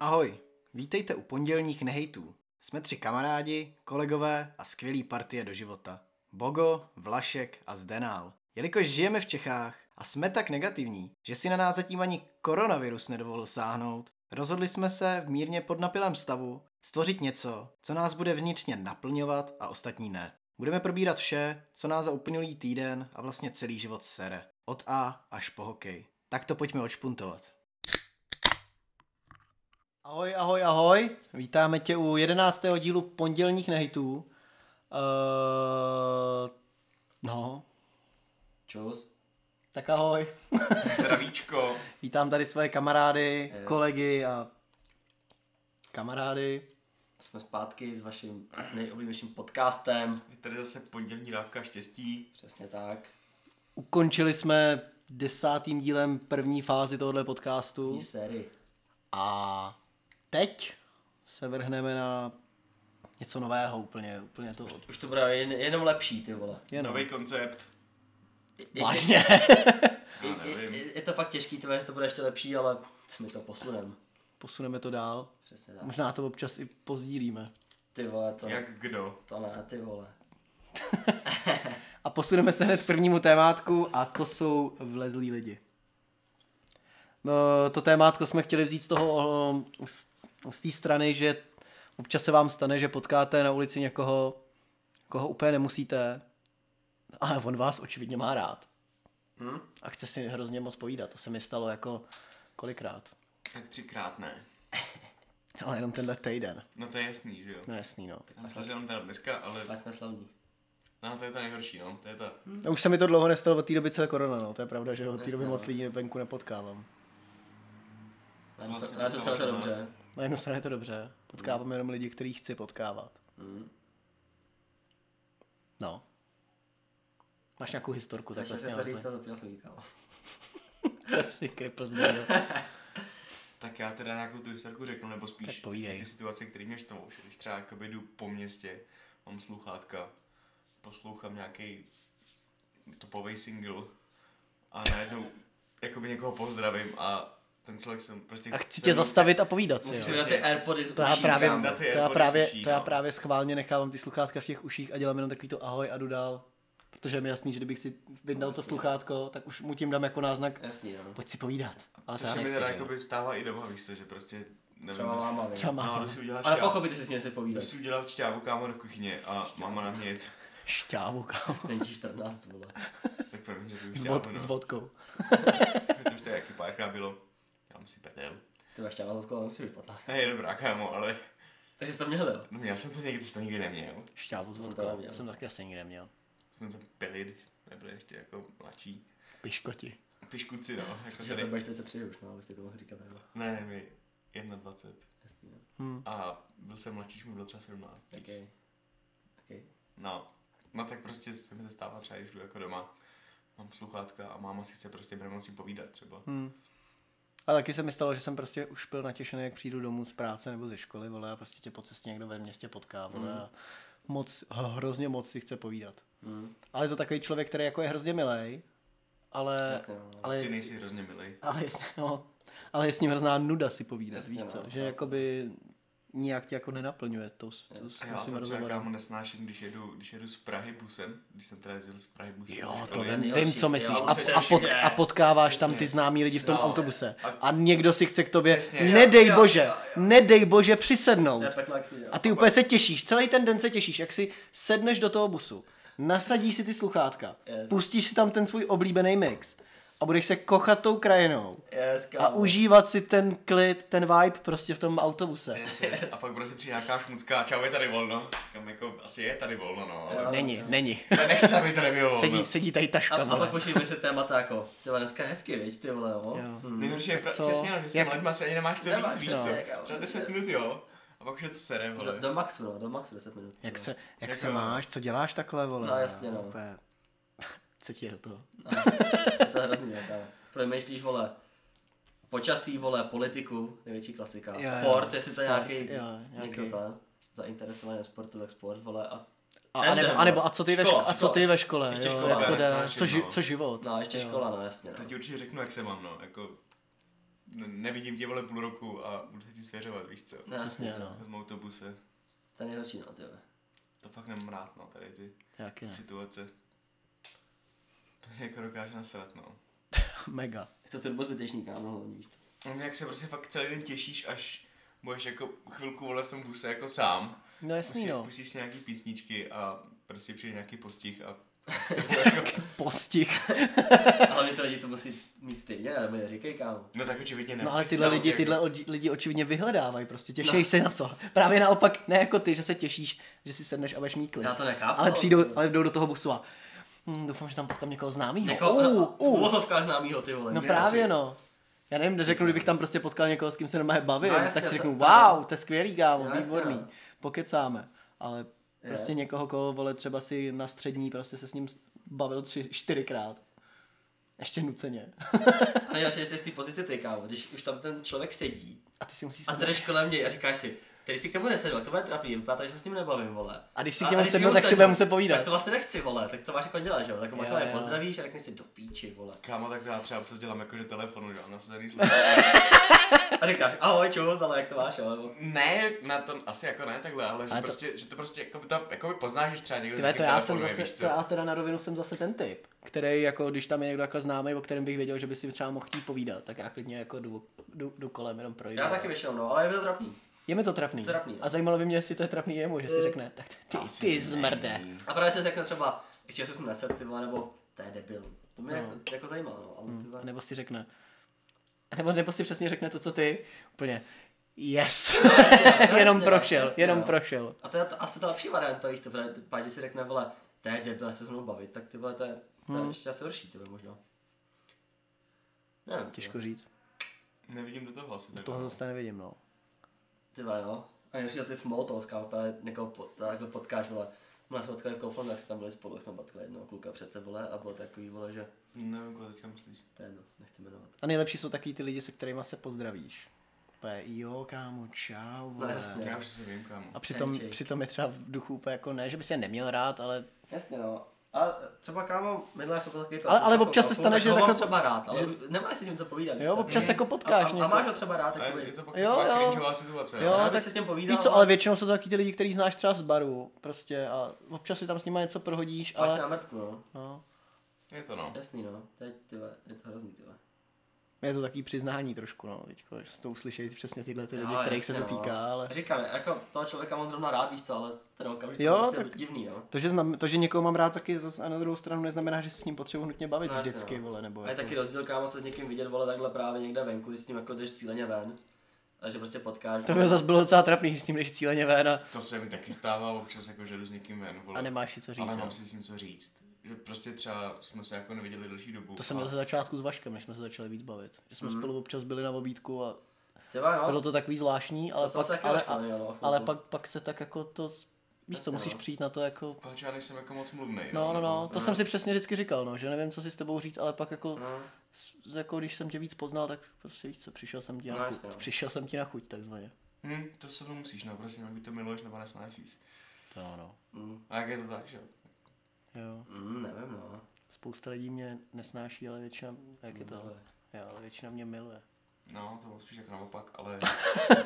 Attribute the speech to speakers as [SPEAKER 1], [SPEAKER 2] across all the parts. [SPEAKER 1] Ahoj, vítejte u pondělních nehejtů. Jsme tři kamarádi, kolegové a skvělý partie do života. Bogo, Vlašek a Zdenál. Jelikož žijeme v Čechách a jsme tak negativní, že si na nás zatím ani koronavirus nedovolil sáhnout, rozhodli jsme se v mírně podnapilém stavu stvořit něco, co nás bude vnitřně naplňovat a ostatní ne. Budeme probírat vše, co nás za uplynulý týden a vlastně celý život sere. Od A až po hokej. Tak to pojďme odšpuntovat. Ahoj, ahoj, ahoj. Vítáme tě u jedenáctého dílu pondělních nehitů. Uh, no,
[SPEAKER 2] Čus.
[SPEAKER 1] tak ahoj.
[SPEAKER 2] Zdravíčko.
[SPEAKER 1] Vítám tady svoje kamarády,
[SPEAKER 2] Yes.
[SPEAKER 1] kolegy a kamarády.
[SPEAKER 2] Jsme zpátky s vaším nejoblíbenějším podcastem.
[SPEAKER 3] Je tady zase pondělní dávka štěstí.
[SPEAKER 2] Přesně tak.
[SPEAKER 1] Ukončili jsme desátým dílem první fázi tohohle podcastu
[SPEAKER 2] Ní sérii.
[SPEAKER 1] a teď se vrhneme na něco nového úplně, úplně to
[SPEAKER 2] Už to bude jen, jenom lepší, ty vole.
[SPEAKER 1] jenom.
[SPEAKER 3] Nový koncept.
[SPEAKER 1] Vážně.
[SPEAKER 2] Je,
[SPEAKER 3] nevím.
[SPEAKER 2] je, je, to fakt těžký, ty vole, že to bude ještě lepší, ale my to posuneme.
[SPEAKER 1] Posuneme to dál.
[SPEAKER 2] Přesně tak.
[SPEAKER 1] Možná to občas i pozdílíme.
[SPEAKER 2] Ty vole, to,
[SPEAKER 3] Jak kdo?
[SPEAKER 2] to ne, ty vole.
[SPEAKER 1] A posuneme se hned k prvnímu témátku a to jsou vlezlí lidi. No, to témátko jsme chtěli vzít z toho, z- z té strany, že občas se vám stane, že potkáte na ulici někoho, koho úplně nemusíte, ale on vás očividně má rád.
[SPEAKER 2] Hmm?
[SPEAKER 3] Hm?
[SPEAKER 1] A chce si hrozně moc povídat. To se mi stalo jako kolikrát.
[SPEAKER 3] Tak třikrát ne.
[SPEAKER 1] Ale jenom tenhle týden.
[SPEAKER 3] No to je jasný, že jo?
[SPEAKER 1] No jasný, no.
[SPEAKER 3] Já Myslím, že jenom teda dneska, ale
[SPEAKER 2] Tak jsme slavní.
[SPEAKER 3] no, to je ta nejhorší, no. To je ta...
[SPEAKER 1] No, Už se mi to dlouho nestalo od té doby, co je korona, no. To je pravda, že od té
[SPEAKER 2] Hmm. Jasně,
[SPEAKER 1] doby
[SPEAKER 2] no.
[SPEAKER 1] moc lidí venku nepotkávám.
[SPEAKER 2] Na jednu
[SPEAKER 3] Vlastně
[SPEAKER 2] str- na jednu
[SPEAKER 3] to
[SPEAKER 2] stranu to
[SPEAKER 3] máš
[SPEAKER 2] dobře.
[SPEAKER 1] Na jednu stranu je to dobře. Potkávám jenom lidi, který chci potkávat.
[SPEAKER 3] Hmm.
[SPEAKER 1] No. Máš nějakou historku, tak
[SPEAKER 2] Takže
[SPEAKER 1] vlastně
[SPEAKER 2] jsem se říct,
[SPEAKER 1] ale
[SPEAKER 2] zapíl jsem jí, kámo.
[SPEAKER 1] si kripl zdělil.
[SPEAKER 3] Tak já teda nějakou tu historku řeknu, nebo spíš
[SPEAKER 1] Tak povídej.
[SPEAKER 3] ty situace, které mě štvou. že Když třeba jakoby jdu po městě, mám sluchátka, poslouchám nějaký topový single a najednou jakoby někoho pozdravím a ten člověk jsem prostě...
[SPEAKER 1] A chci tě zastavit a povídat si,
[SPEAKER 2] Musíš
[SPEAKER 1] jo.
[SPEAKER 2] si na ty Airpody z
[SPEAKER 1] vlastně. To já
[SPEAKER 2] uší,
[SPEAKER 1] právě,
[SPEAKER 2] kámo.
[SPEAKER 3] dát-
[SPEAKER 1] to já
[SPEAKER 3] Airpody
[SPEAKER 1] právě,
[SPEAKER 3] slyší,
[SPEAKER 1] to já
[SPEAKER 3] no.
[SPEAKER 1] právě schválně nechávám ty sluchátka v těch uších a dělám jenom takový to ahoj a jdu dál. Protože je mi jasný, že kdybych si vyndal to sluchátko, tak už mu tím dám jako náznak,
[SPEAKER 2] Jasný, no.
[SPEAKER 1] pojď si povídat. Ale to
[SPEAKER 3] Což
[SPEAKER 1] já
[SPEAKER 3] se mi
[SPEAKER 1] nechci,
[SPEAKER 3] teda
[SPEAKER 1] že jo.
[SPEAKER 3] jakoby stává i doma, víš co, že prostě nevím,
[SPEAKER 2] Třeba
[SPEAKER 3] jdu si-
[SPEAKER 2] máma,
[SPEAKER 1] Třeba
[SPEAKER 2] vím.
[SPEAKER 3] No,
[SPEAKER 1] mám
[SPEAKER 3] když si uděláš
[SPEAKER 2] Ale
[SPEAKER 3] šťávu.
[SPEAKER 2] pochopit, že si s ní nechci povídat.
[SPEAKER 3] Když si udělal šťávu kámo do kuchyně a máma na mě něco,
[SPEAKER 1] šťávu, kámo.
[SPEAKER 2] Není ti 14, vole.
[SPEAKER 3] tak promiň, že to už
[SPEAKER 1] S,
[SPEAKER 3] šťávu,
[SPEAKER 1] vod,
[SPEAKER 3] no.
[SPEAKER 1] s vodkou.
[SPEAKER 3] To už to jaký párkrát bylo. Já musím prdel.
[SPEAKER 2] Ty ještě vás odkola musí vypadat.
[SPEAKER 3] Hej, dobrá kámo, ale
[SPEAKER 2] Takže jsi to měl, jo?
[SPEAKER 3] no, já jsem to někdy, to nikdy neměl.
[SPEAKER 1] Šťávu s
[SPEAKER 2] To jsem
[SPEAKER 1] vodkou.
[SPEAKER 2] neměl.
[SPEAKER 1] To jsem taky asi nikdy neměl.
[SPEAKER 3] Jsme to pili, když nebyli ještě jako mladší.
[SPEAKER 1] Piškoti.
[SPEAKER 3] Piškuci, no. Jako
[SPEAKER 2] Takže to
[SPEAKER 3] tady.
[SPEAKER 2] budeš 43 už, no, abyste to mohli říkat takhle.
[SPEAKER 3] Ne, mi 21.
[SPEAKER 2] Jasný, no.
[SPEAKER 1] Hm.
[SPEAKER 3] A byl jsem mladší, už mi bylo třeba 17. víš.
[SPEAKER 2] Okej. Okej.
[SPEAKER 3] No, no tak prostě se mi to stává třeba, když jdu jako doma. Mám sluchátka a máma si chce prostě nemocí povídat třeba.
[SPEAKER 1] Hmm. A taky se mi stalo, že jsem prostě už byl natěšený, jak přijdu domů z práce nebo ze školy, vole, a prostě tě po cestě někdo ve městě potká, vole, a moc, hrozně moc si chce povídat.
[SPEAKER 2] Hm.
[SPEAKER 1] Ale je to takový člověk, který jako je hrozně milej, ale,
[SPEAKER 2] Jasně, no.
[SPEAKER 1] ale,
[SPEAKER 3] Ty nejsi hrozně milý.
[SPEAKER 1] ale, je, s- no, ale je s ním hrozná nuda si povídat,
[SPEAKER 2] Jasně,
[SPEAKER 1] víš co,
[SPEAKER 2] no.
[SPEAKER 1] že jakoby nijak tě jako nenaplňuje tou, s- tou s-
[SPEAKER 3] A já
[SPEAKER 1] svým
[SPEAKER 3] to třeba kámo
[SPEAKER 1] rozhovorem.
[SPEAKER 3] nesnáším, když jedu, když jedu z Prahy busem, když jsem teda jezdil z Prahy busem.
[SPEAKER 1] Jo,
[SPEAKER 3] do
[SPEAKER 1] to
[SPEAKER 3] Prahy.
[SPEAKER 1] vím,
[SPEAKER 2] nejhorší,
[SPEAKER 1] vím, co
[SPEAKER 2] jo,
[SPEAKER 1] myslíš. A,
[SPEAKER 3] přesně.
[SPEAKER 1] a, pot, a potkáváš tam ty
[SPEAKER 3] Přesně.
[SPEAKER 1] známý lidi v tom
[SPEAKER 3] No.
[SPEAKER 1] autobuse.
[SPEAKER 3] A-
[SPEAKER 1] A někdo si chce k tobě,
[SPEAKER 3] Přesně.
[SPEAKER 1] nedej
[SPEAKER 2] Jo, jo,
[SPEAKER 1] bože,
[SPEAKER 2] jo,
[SPEAKER 1] nedej bože přisednout.
[SPEAKER 2] To je peklo, jak si dělal.
[SPEAKER 1] A ty úplně se těšíš, celý ten den se těšíš, jak si sedneš do toho busu, nasadíš si ty sluchátka,
[SPEAKER 2] Yes.
[SPEAKER 1] pustíš si tam ten svůj oblíbený mix a budeš se kochat tou krajinou
[SPEAKER 2] Yes,
[SPEAKER 1] a
[SPEAKER 2] kámo.
[SPEAKER 1] užívat si ten klid, ten vibe prostě v tom autobuse.
[SPEAKER 3] Yes, yes. A pak prostě přijde nějaká šmucká, čau, je tady volno. Kam jako, asi je tady volno, no, ale
[SPEAKER 1] Není, není.
[SPEAKER 3] ne, nechce, aby tady bylo volno.
[SPEAKER 1] Sedí, sedí tady
[SPEAKER 2] A,
[SPEAKER 1] taška,
[SPEAKER 2] a
[SPEAKER 1] vole.
[SPEAKER 2] pak počítej se témata jako, ty vole, dneska je hezky, viď, ty vole, jo?
[SPEAKER 1] Jo.
[SPEAKER 2] Hm.
[SPEAKER 3] Nejhorší je
[SPEAKER 1] hmm, Tak
[SPEAKER 3] pra-
[SPEAKER 1] co?
[SPEAKER 3] přesně, no, že s těm
[SPEAKER 1] Jak-
[SPEAKER 3] lidma se ani nemáš co
[SPEAKER 2] Nemáš
[SPEAKER 3] říct, víš
[SPEAKER 2] co,
[SPEAKER 3] co?
[SPEAKER 2] jak-
[SPEAKER 3] Třeba 10 minut, jo. A pak už je to sere,
[SPEAKER 2] Do,
[SPEAKER 3] vole.
[SPEAKER 2] do maxu, no, do maxu 10 minut.
[SPEAKER 1] Jak
[SPEAKER 2] no.
[SPEAKER 1] se, jak
[SPEAKER 3] Jako-
[SPEAKER 1] se máš, co děláš takhle, vole?
[SPEAKER 2] No, jasně, no.
[SPEAKER 1] Úplně- Co ti je do toho?
[SPEAKER 2] To je hrozný, no, kámo. Promýšlíš, vole, počasí, vole, politiku, největší klasika.
[SPEAKER 1] Jo, jo,
[SPEAKER 2] sport, jestli to je
[SPEAKER 1] sport,
[SPEAKER 2] nějaký,
[SPEAKER 1] jo,
[SPEAKER 2] někdo
[SPEAKER 1] nějaký.
[SPEAKER 2] to zainteresovaný do sportu, tak sport, vole, a
[SPEAKER 1] A,
[SPEAKER 2] Jdem,
[SPEAKER 1] a, nebo,
[SPEAKER 2] jdem,
[SPEAKER 1] a, nebo,
[SPEAKER 2] no.
[SPEAKER 1] a co ty, ve,
[SPEAKER 2] Škola,
[SPEAKER 1] ško- a co
[SPEAKER 2] škola,
[SPEAKER 1] ty ve škole?
[SPEAKER 2] ještě
[SPEAKER 1] jo,
[SPEAKER 2] škola,
[SPEAKER 1] jak to
[SPEAKER 3] já
[SPEAKER 1] jde?
[SPEAKER 3] nesnáším,
[SPEAKER 1] Co, ži,
[SPEAKER 3] no.
[SPEAKER 1] co život?
[SPEAKER 2] No, ještě
[SPEAKER 1] Jo.
[SPEAKER 2] škola, no jasně.
[SPEAKER 3] Já
[SPEAKER 2] No.
[SPEAKER 3] ti určitě řeknu, jak se mám, no, jako. ne- nevidím tě vole půl roku a budu se ti svěřovat, víš co?
[SPEAKER 2] No,
[SPEAKER 1] Přesně,
[SPEAKER 2] jasně,
[SPEAKER 1] no.
[SPEAKER 3] V autobuse.
[SPEAKER 2] To je nejhorší, no, ty vole.
[SPEAKER 3] To fakt nemám rád, no, tady ty
[SPEAKER 1] Jak je ne?
[SPEAKER 3] situace. To mě jako dokáže nasrat, no.
[SPEAKER 1] Mega.
[SPEAKER 2] Je to turbo zbytečný, kámo, hlavně, víš co.
[SPEAKER 3] No, Jak se prostě fakt celý den těšíš, až budeš jako chvilku vole v tom buse jako sám.
[SPEAKER 1] No jasný
[SPEAKER 3] Pusí-
[SPEAKER 1] no.
[SPEAKER 3] Pustíš si nějaký písničky a prostě přijde nějaký postih a jako,
[SPEAKER 1] Postih.
[SPEAKER 2] A hlavně ty lidi to musí mít stejně, nebo neříkej, kámo.
[SPEAKER 3] No tak očividně ne.
[SPEAKER 1] No ale tyhle
[SPEAKER 3] No,
[SPEAKER 1] lidi,
[SPEAKER 3] jako-
[SPEAKER 1] tyhle oči- lidi očividně vyhledávají prostě, těšej no. se na to. Právě naopak, ne jako ty, že se těšíš, že si sedneš a budeš mít klid.
[SPEAKER 2] Já to nechápu,
[SPEAKER 1] Ale
[SPEAKER 2] no.
[SPEAKER 1] přijdou, ale jdou do toho busu a hm, doufám, že tam potkám někoho známýho.
[SPEAKER 2] Jako,
[SPEAKER 1] uh,
[SPEAKER 2] v
[SPEAKER 1] uh.
[SPEAKER 2] uvozovkách známýho, ty vole.
[SPEAKER 1] No
[SPEAKER 2] víš co
[SPEAKER 1] právě
[SPEAKER 2] si-
[SPEAKER 1] no. Já nevím, řeknu, kdybych tam prostě potkal někoho, s kým se normálně bavím,
[SPEAKER 2] No
[SPEAKER 1] no,
[SPEAKER 2] jasně,
[SPEAKER 1] tak si
[SPEAKER 2] to-
[SPEAKER 1] řeknu,
[SPEAKER 2] to-
[SPEAKER 1] wow, to je skvělý, kámo,
[SPEAKER 2] No
[SPEAKER 1] no,
[SPEAKER 2] jasně,
[SPEAKER 1] výborný,
[SPEAKER 2] no.
[SPEAKER 1] pokecáme. Ale prostě
[SPEAKER 2] Yes.
[SPEAKER 1] někoho, koho vole třeba si na střední, prostě se s ním s- bavil tři, čtyřikrát. Ještě nuceně.
[SPEAKER 2] A nejhorší, že jsi v té pozici ty, kámo, když už tam ten člověk sedí
[SPEAKER 1] A ty si musíš
[SPEAKER 2] a jdeš kolem něj a říkáš si, tady si k tomu nesedu, to bude trapný, vypadá to, že se s ním nebavím, vole.
[SPEAKER 1] A když si
[SPEAKER 2] A-
[SPEAKER 1] k
[SPEAKER 2] a
[SPEAKER 1] němu
[SPEAKER 2] když
[SPEAKER 1] sednu, tak si
[SPEAKER 2] sednu,
[SPEAKER 1] budeme muset povídat.
[SPEAKER 2] Tak to vlastně nechci, vole, tak to máš jako dělat, že jo? Tak ho
[SPEAKER 1] Jo,
[SPEAKER 2] maximálně
[SPEAKER 1] jo.
[SPEAKER 2] pozdravíš a řekneš si do píči, vole.
[SPEAKER 3] Kámo, tak já třeba občas dělám jako, že telefonu, že ano, se tady slyší.
[SPEAKER 2] A říkáš, ahoj, čus, ale jak se máš, jo? Nebo-
[SPEAKER 3] Ne, na to asi jako ne takhle, ale že,
[SPEAKER 1] Ale to-
[SPEAKER 3] prostě, že to prostě jako by, ta, jako by poznáš, že třeba někdo
[SPEAKER 1] Ty vole,
[SPEAKER 3] s
[SPEAKER 1] to
[SPEAKER 3] někým
[SPEAKER 1] já jsem
[SPEAKER 3] telefonuje,
[SPEAKER 1] zase,
[SPEAKER 3] víš
[SPEAKER 1] to
[SPEAKER 3] co?
[SPEAKER 1] já teda na rovinu jsem zase ten typ, který jako, když tam je někdo takhle známý, o kterém bych věděl, že by si třeba mohl chtít povídat, tak já klidně jako jdu, jdu, jdu kolem, jenom projdu.
[SPEAKER 2] Já taky většinou, no, ale je mi to trapný.
[SPEAKER 1] Je mi to trapný.
[SPEAKER 2] To je trapný. no. Eh,
[SPEAKER 1] A zajímalo by mě, jestli to je trapný jemu, že si řekne, tak ty, ty zmrde.
[SPEAKER 2] A právě se řekne třeba, ještě se jsem neset, ty vole, nebo to je debil. To mě jako, jako zajímalo, no, ale ty
[SPEAKER 1] A
[SPEAKER 2] vole.
[SPEAKER 1] nebo si řekne, nebo, nebo si přesně řekne to, co ty, úplně, yes,
[SPEAKER 2] jasně,
[SPEAKER 1] jenom
[SPEAKER 2] no,
[SPEAKER 1] prošel,
[SPEAKER 2] jasně,
[SPEAKER 1] jenom
[SPEAKER 2] no.
[SPEAKER 1] prošel.
[SPEAKER 2] A to je ta, asi ta lepší varianta, víš to, protože pak, že si řekne, vole, to je debil, nechce se mnou bavit, tak ty vole, to je, to
[SPEAKER 1] Hmm.
[SPEAKER 2] je ještě asi horší, ty vole, možná. Nevím,
[SPEAKER 1] Těžko říct,
[SPEAKER 3] Nevidím do toho asi
[SPEAKER 1] toho
[SPEAKER 3] takhle.
[SPEAKER 1] zase nevidím, no.
[SPEAKER 2] Ty vole, no. A ještě ty small talk, kámo, právě někoho po, takhle potkáš, vole. My jsme potkali v Kauflandu, jak jsme tam byli spolu, jak jsme potkali jednoho kluka přece, vole, a bylo takový, vole, že
[SPEAKER 3] Nevím, koho teďka myslíš.
[SPEAKER 2] to je jedno, nechci jmenovat.
[SPEAKER 1] A nejlepší jsou taky ty lidi, se kterými se pozdravíš. Úplně, jo, kámo, čau, vole.
[SPEAKER 2] jasně.
[SPEAKER 3] Já už si vím, kámo.
[SPEAKER 1] A přitom,
[SPEAKER 2] Ten Jake.
[SPEAKER 1] přitom je třeba v duchu úplně jako ne, že by se neměl rád, ale
[SPEAKER 2] Jasně, no. A třeba kámo, minulé jsem byl takový
[SPEAKER 1] Ale- ale občas se stane, že
[SPEAKER 2] tak ho
[SPEAKER 1] takhle-
[SPEAKER 2] mám třeba rád, ale nemáš si s tím co povídat. víš
[SPEAKER 1] Jo,
[SPEAKER 2] co?
[SPEAKER 1] občas
[SPEAKER 2] Mhm.
[SPEAKER 1] jako potkáš
[SPEAKER 2] a, a, a
[SPEAKER 1] někoho.
[SPEAKER 2] máš ho třeba rád,
[SPEAKER 3] A je
[SPEAKER 2] takový.
[SPEAKER 3] to pak
[SPEAKER 1] Jo,
[SPEAKER 3] taková
[SPEAKER 1] jo.
[SPEAKER 3] cringeová situace. no.
[SPEAKER 1] Jo,
[SPEAKER 3] ale-
[SPEAKER 2] Rád
[SPEAKER 1] tak
[SPEAKER 2] bych se s ním povídal,
[SPEAKER 1] víš co, ale
[SPEAKER 2] ale-
[SPEAKER 1] většinou jsou to taky ty lidi, který znáš třeba z baru, prostě a občas si tam s nimi něco prohodíš,
[SPEAKER 2] Máš se
[SPEAKER 1] ale
[SPEAKER 2] na mrtku, no.
[SPEAKER 1] no,
[SPEAKER 3] Je to no.
[SPEAKER 2] Jasný, no. To je, ty vole, je to hrozný, ty vole.
[SPEAKER 1] je to takový přiznání trošku, no, teďko, že to uslyšejí přesně tyhle ty lidi,
[SPEAKER 2] Jo,
[SPEAKER 1] kterých se
[SPEAKER 2] jasně,
[SPEAKER 1] to
[SPEAKER 2] no.
[SPEAKER 1] týká, ale
[SPEAKER 2] Říkám, jako toho člověka mám zrovna rád, víš co, ale ten okamžik
[SPEAKER 1] Jo,
[SPEAKER 2] jo, prostě
[SPEAKER 1] tak-
[SPEAKER 2] tak... divný, jo.
[SPEAKER 1] to že, znam, to, že někoho mám rád, taky zase na druhou stranu neznamená, že se s ním potřebuji nutně bavit
[SPEAKER 2] No, jasně,
[SPEAKER 1] vždycky,
[SPEAKER 2] no.
[SPEAKER 1] vole, nebo jako-
[SPEAKER 2] A je taky rozdíl, kámo, se s někým vidět, vole, takhle právě někde venku, když s ním jako jdeš cíleně ven. A že prostě potkáš.
[SPEAKER 1] To by zase bylo docela trapný, že s tím jdeš cíleně ven a,
[SPEAKER 3] To se mi taky stává občas, jako že jdu s někým ven, vole.
[SPEAKER 1] a nemáš si co říct.
[SPEAKER 3] Ale
[SPEAKER 1] no.
[SPEAKER 3] mám si s ním co říct. Že prostě třeba jsme se jako neviděli delší dobu.
[SPEAKER 1] To jsem měl ze začátku s Vaškem, než jsme se začali víc bavit. Že jsme
[SPEAKER 2] Hmm.
[SPEAKER 1] spolu občas byli na obídku a
[SPEAKER 2] Ty vole,
[SPEAKER 1] bylo
[SPEAKER 2] no.
[SPEAKER 1] to takový zvláštní, ale,
[SPEAKER 2] jsem se
[SPEAKER 1] pak,
[SPEAKER 2] taky
[SPEAKER 1] ale,
[SPEAKER 2] Vaška neměl, no,
[SPEAKER 1] ale,
[SPEAKER 2] chvilku.
[SPEAKER 1] ale pak, pak se tak jako to, víš co,
[SPEAKER 2] Jasně,
[SPEAKER 1] musíš
[SPEAKER 2] no.
[SPEAKER 1] přijít na to jako,
[SPEAKER 3] Páč, já nejsem jako moc mluvnej.
[SPEAKER 1] no, no,
[SPEAKER 3] nebo-
[SPEAKER 1] no, to jsem si přesně vždycky říkal, no, že nevím, co si s tebou říct, ale pak jako,
[SPEAKER 2] No.
[SPEAKER 1] s- jako když jsem tě víc poznal, tak prostě víš co, přišel jsem ti
[SPEAKER 2] No,
[SPEAKER 1] na chuť,
[SPEAKER 2] jasně, no.
[SPEAKER 1] přišel jsem ti na chuť, takzvaně.
[SPEAKER 3] Hm, to se mnou musíš, no, prosím, aby to miluješ nebo nesnášíš.
[SPEAKER 1] To jo, no.
[SPEAKER 3] A jak je to tak, že? jo?
[SPEAKER 1] Jo.
[SPEAKER 2] Mm, nevím, no.
[SPEAKER 1] Spousta lidí mě nesnáší, ale většina, jak je to, jo, ale většina mě miluje.
[SPEAKER 3] No, to bylo spíš jako naopak, ale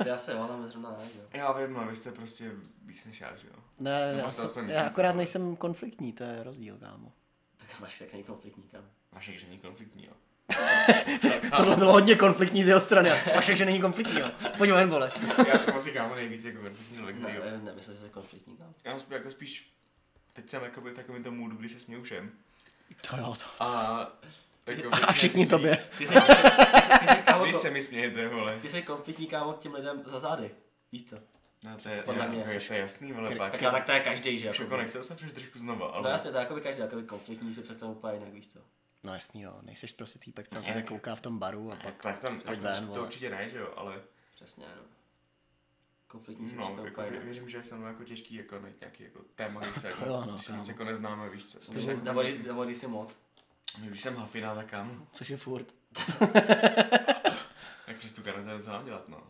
[SPEAKER 2] To já se, jo, ale my zrovna ne, jo.
[SPEAKER 3] já vím, no, vy jste prostě víc než já, že jo?
[SPEAKER 1] Ne,
[SPEAKER 3] No,
[SPEAKER 1] ne,
[SPEAKER 3] máš to
[SPEAKER 1] asi-
[SPEAKER 3] aspoň
[SPEAKER 1] já
[SPEAKER 3] nějaký
[SPEAKER 1] akorát
[SPEAKER 3] problém.
[SPEAKER 1] nejsem konfliktní, to je rozdíl, kámo.
[SPEAKER 2] Tak máš takový konfliktní, kámo.
[SPEAKER 3] Vašek, že není konfliktní, jo?
[SPEAKER 1] Tohle bylo hodně konfliktní z jeho strany. Vašek, že není konfliktní, jo. Pojď ven, vole.
[SPEAKER 3] já jsem asi kámo nejvíc jako konfliktní člověk, který jo.
[SPEAKER 2] Ne, nemyslím, že jsi konfliktní, kámo.
[SPEAKER 3] Já jsem spíš- jako spíš, teď jsem jako v takovém tom můdu, kdy se směju všem.
[SPEAKER 1] To jo, to.
[SPEAKER 3] A, jako
[SPEAKER 1] A všichni tobě.
[SPEAKER 2] Ty jsi, ty jsi, ty jsi, kámo,
[SPEAKER 3] Vy
[SPEAKER 2] ko-
[SPEAKER 3] se mi smějete, vole.
[SPEAKER 2] ty jsi konfliktní, kámo, k těm lidem za zády. Víš co?
[SPEAKER 3] No to je,
[SPEAKER 2] Podle mě
[SPEAKER 3] jako,
[SPEAKER 2] jsi-
[SPEAKER 3] to je jasný, vole,
[SPEAKER 2] Tak,
[SPEAKER 3] páči.
[SPEAKER 2] tak to je každý, že?
[SPEAKER 3] Jako nechci se přes trošku znova,
[SPEAKER 2] No
[SPEAKER 3] ale...
[SPEAKER 2] jasně, to je jako by každý, jako by konfliktní se představil úplně jinak, víš co?
[SPEAKER 1] No jasný, no. Nejseš prostě týpek, co na tebe kouká v tom baru a pak...
[SPEAKER 3] Tak, tak tam, tak
[SPEAKER 1] ven,
[SPEAKER 3] prostě to
[SPEAKER 1] vole.
[SPEAKER 3] určitě ne, že jo, ale...
[SPEAKER 2] Přesně, no. Konfliktní se
[SPEAKER 3] No,
[SPEAKER 2] představil
[SPEAKER 3] jako,
[SPEAKER 2] úplně
[SPEAKER 3] vě-
[SPEAKER 2] jinak.
[SPEAKER 3] věřím, že jsem jako těžký jako najít nějaký jako téma, když se,
[SPEAKER 1] jo, no,
[SPEAKER 3] jako, když se
[SPEAKER 1] kámo.
[SPEAKER 3] nic jako neznáme, víš co. Když, jako,
[SPEAKER 2] Nebo kdy- Nebo když jsi moc.
[SPEAKER 3] když jsem hafina, tak kam?
[SPEAKER 1] Což je furt.
[SPEAKER 3] Tak přes tu karanténu co mám dělat, no.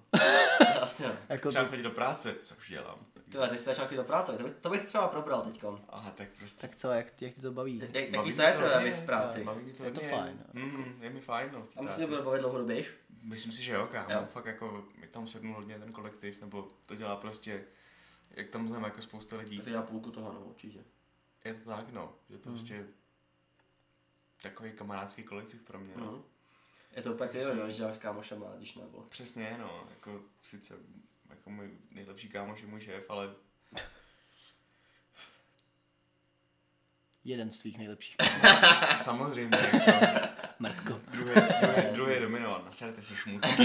[SPEAKER 2] Jasně. no.
[SPEAKER 1] Jako
[SPEAKER 3] Třeba
[SPEAKER 1] to,
[SPEAKER 3] chodit do práce, což dělám.
[SPEAKER 2] Ty vole, ty jsi začal chodit do práce, to bych, to bych třeba probral teďkom.
[SPEAKER 3] Aha, tak prostě.
[SPEAKER 1] tak co, jak, jak ti to baví?
[SPEAKER 2] Jak, jaký
[SPEAKER 3] Baví
[SPEAKER 2] to
[SPEAKER 3] mě
[SPEAKER 2] je teda
[SPEAKER 3] hodně, No,
[SPEAKER 2] být v práci?
[SPEAKER 3] baví mě
[SPEAKER 1] Je to
[SPEAKER 3] hodně.
[SPEAKER 1] fajn,
[SPEAKER 3] Mm, je mi fajn, no, v té
[SPEAKER 2] A myslím, že
[SPEAKER 3] práci.
[SPEAKER 2] bude bavit dlouhodobějš.
[SPEAKER 3] Myslím si, že jo, kámo.
[SPEAKER 2] Jo.
[SPEAKER 3] Fakt jako, jak tam sednul hodně ten kolektiv, nebo to dělá prostě, jak tam znám jako spousta lidí.
[SPEAKER 2] Tak Mm. já půlku toho, no, určitě.
[SPEAKER 3] Je to tak, no, že prostě takový kamarádský kolektiv pro mě, no.
[SPEAKER 2] Mhm. Je to úplně jedno, když děláš s kámošema, když ne, vole.
[SPEAKER 3] Přesně, no, jako sice jako můj nejlepší kámoš je můj šéf, ale
[SPEAKER 1] Jeden z tvých nejlepších.
[SPEAKER 3] samozřejmě, jako,
[SPEAKER 1] Mrtko.
[SPEAKER 3] druhý, druhý, druhý je dominovan, nasadete si šmutky.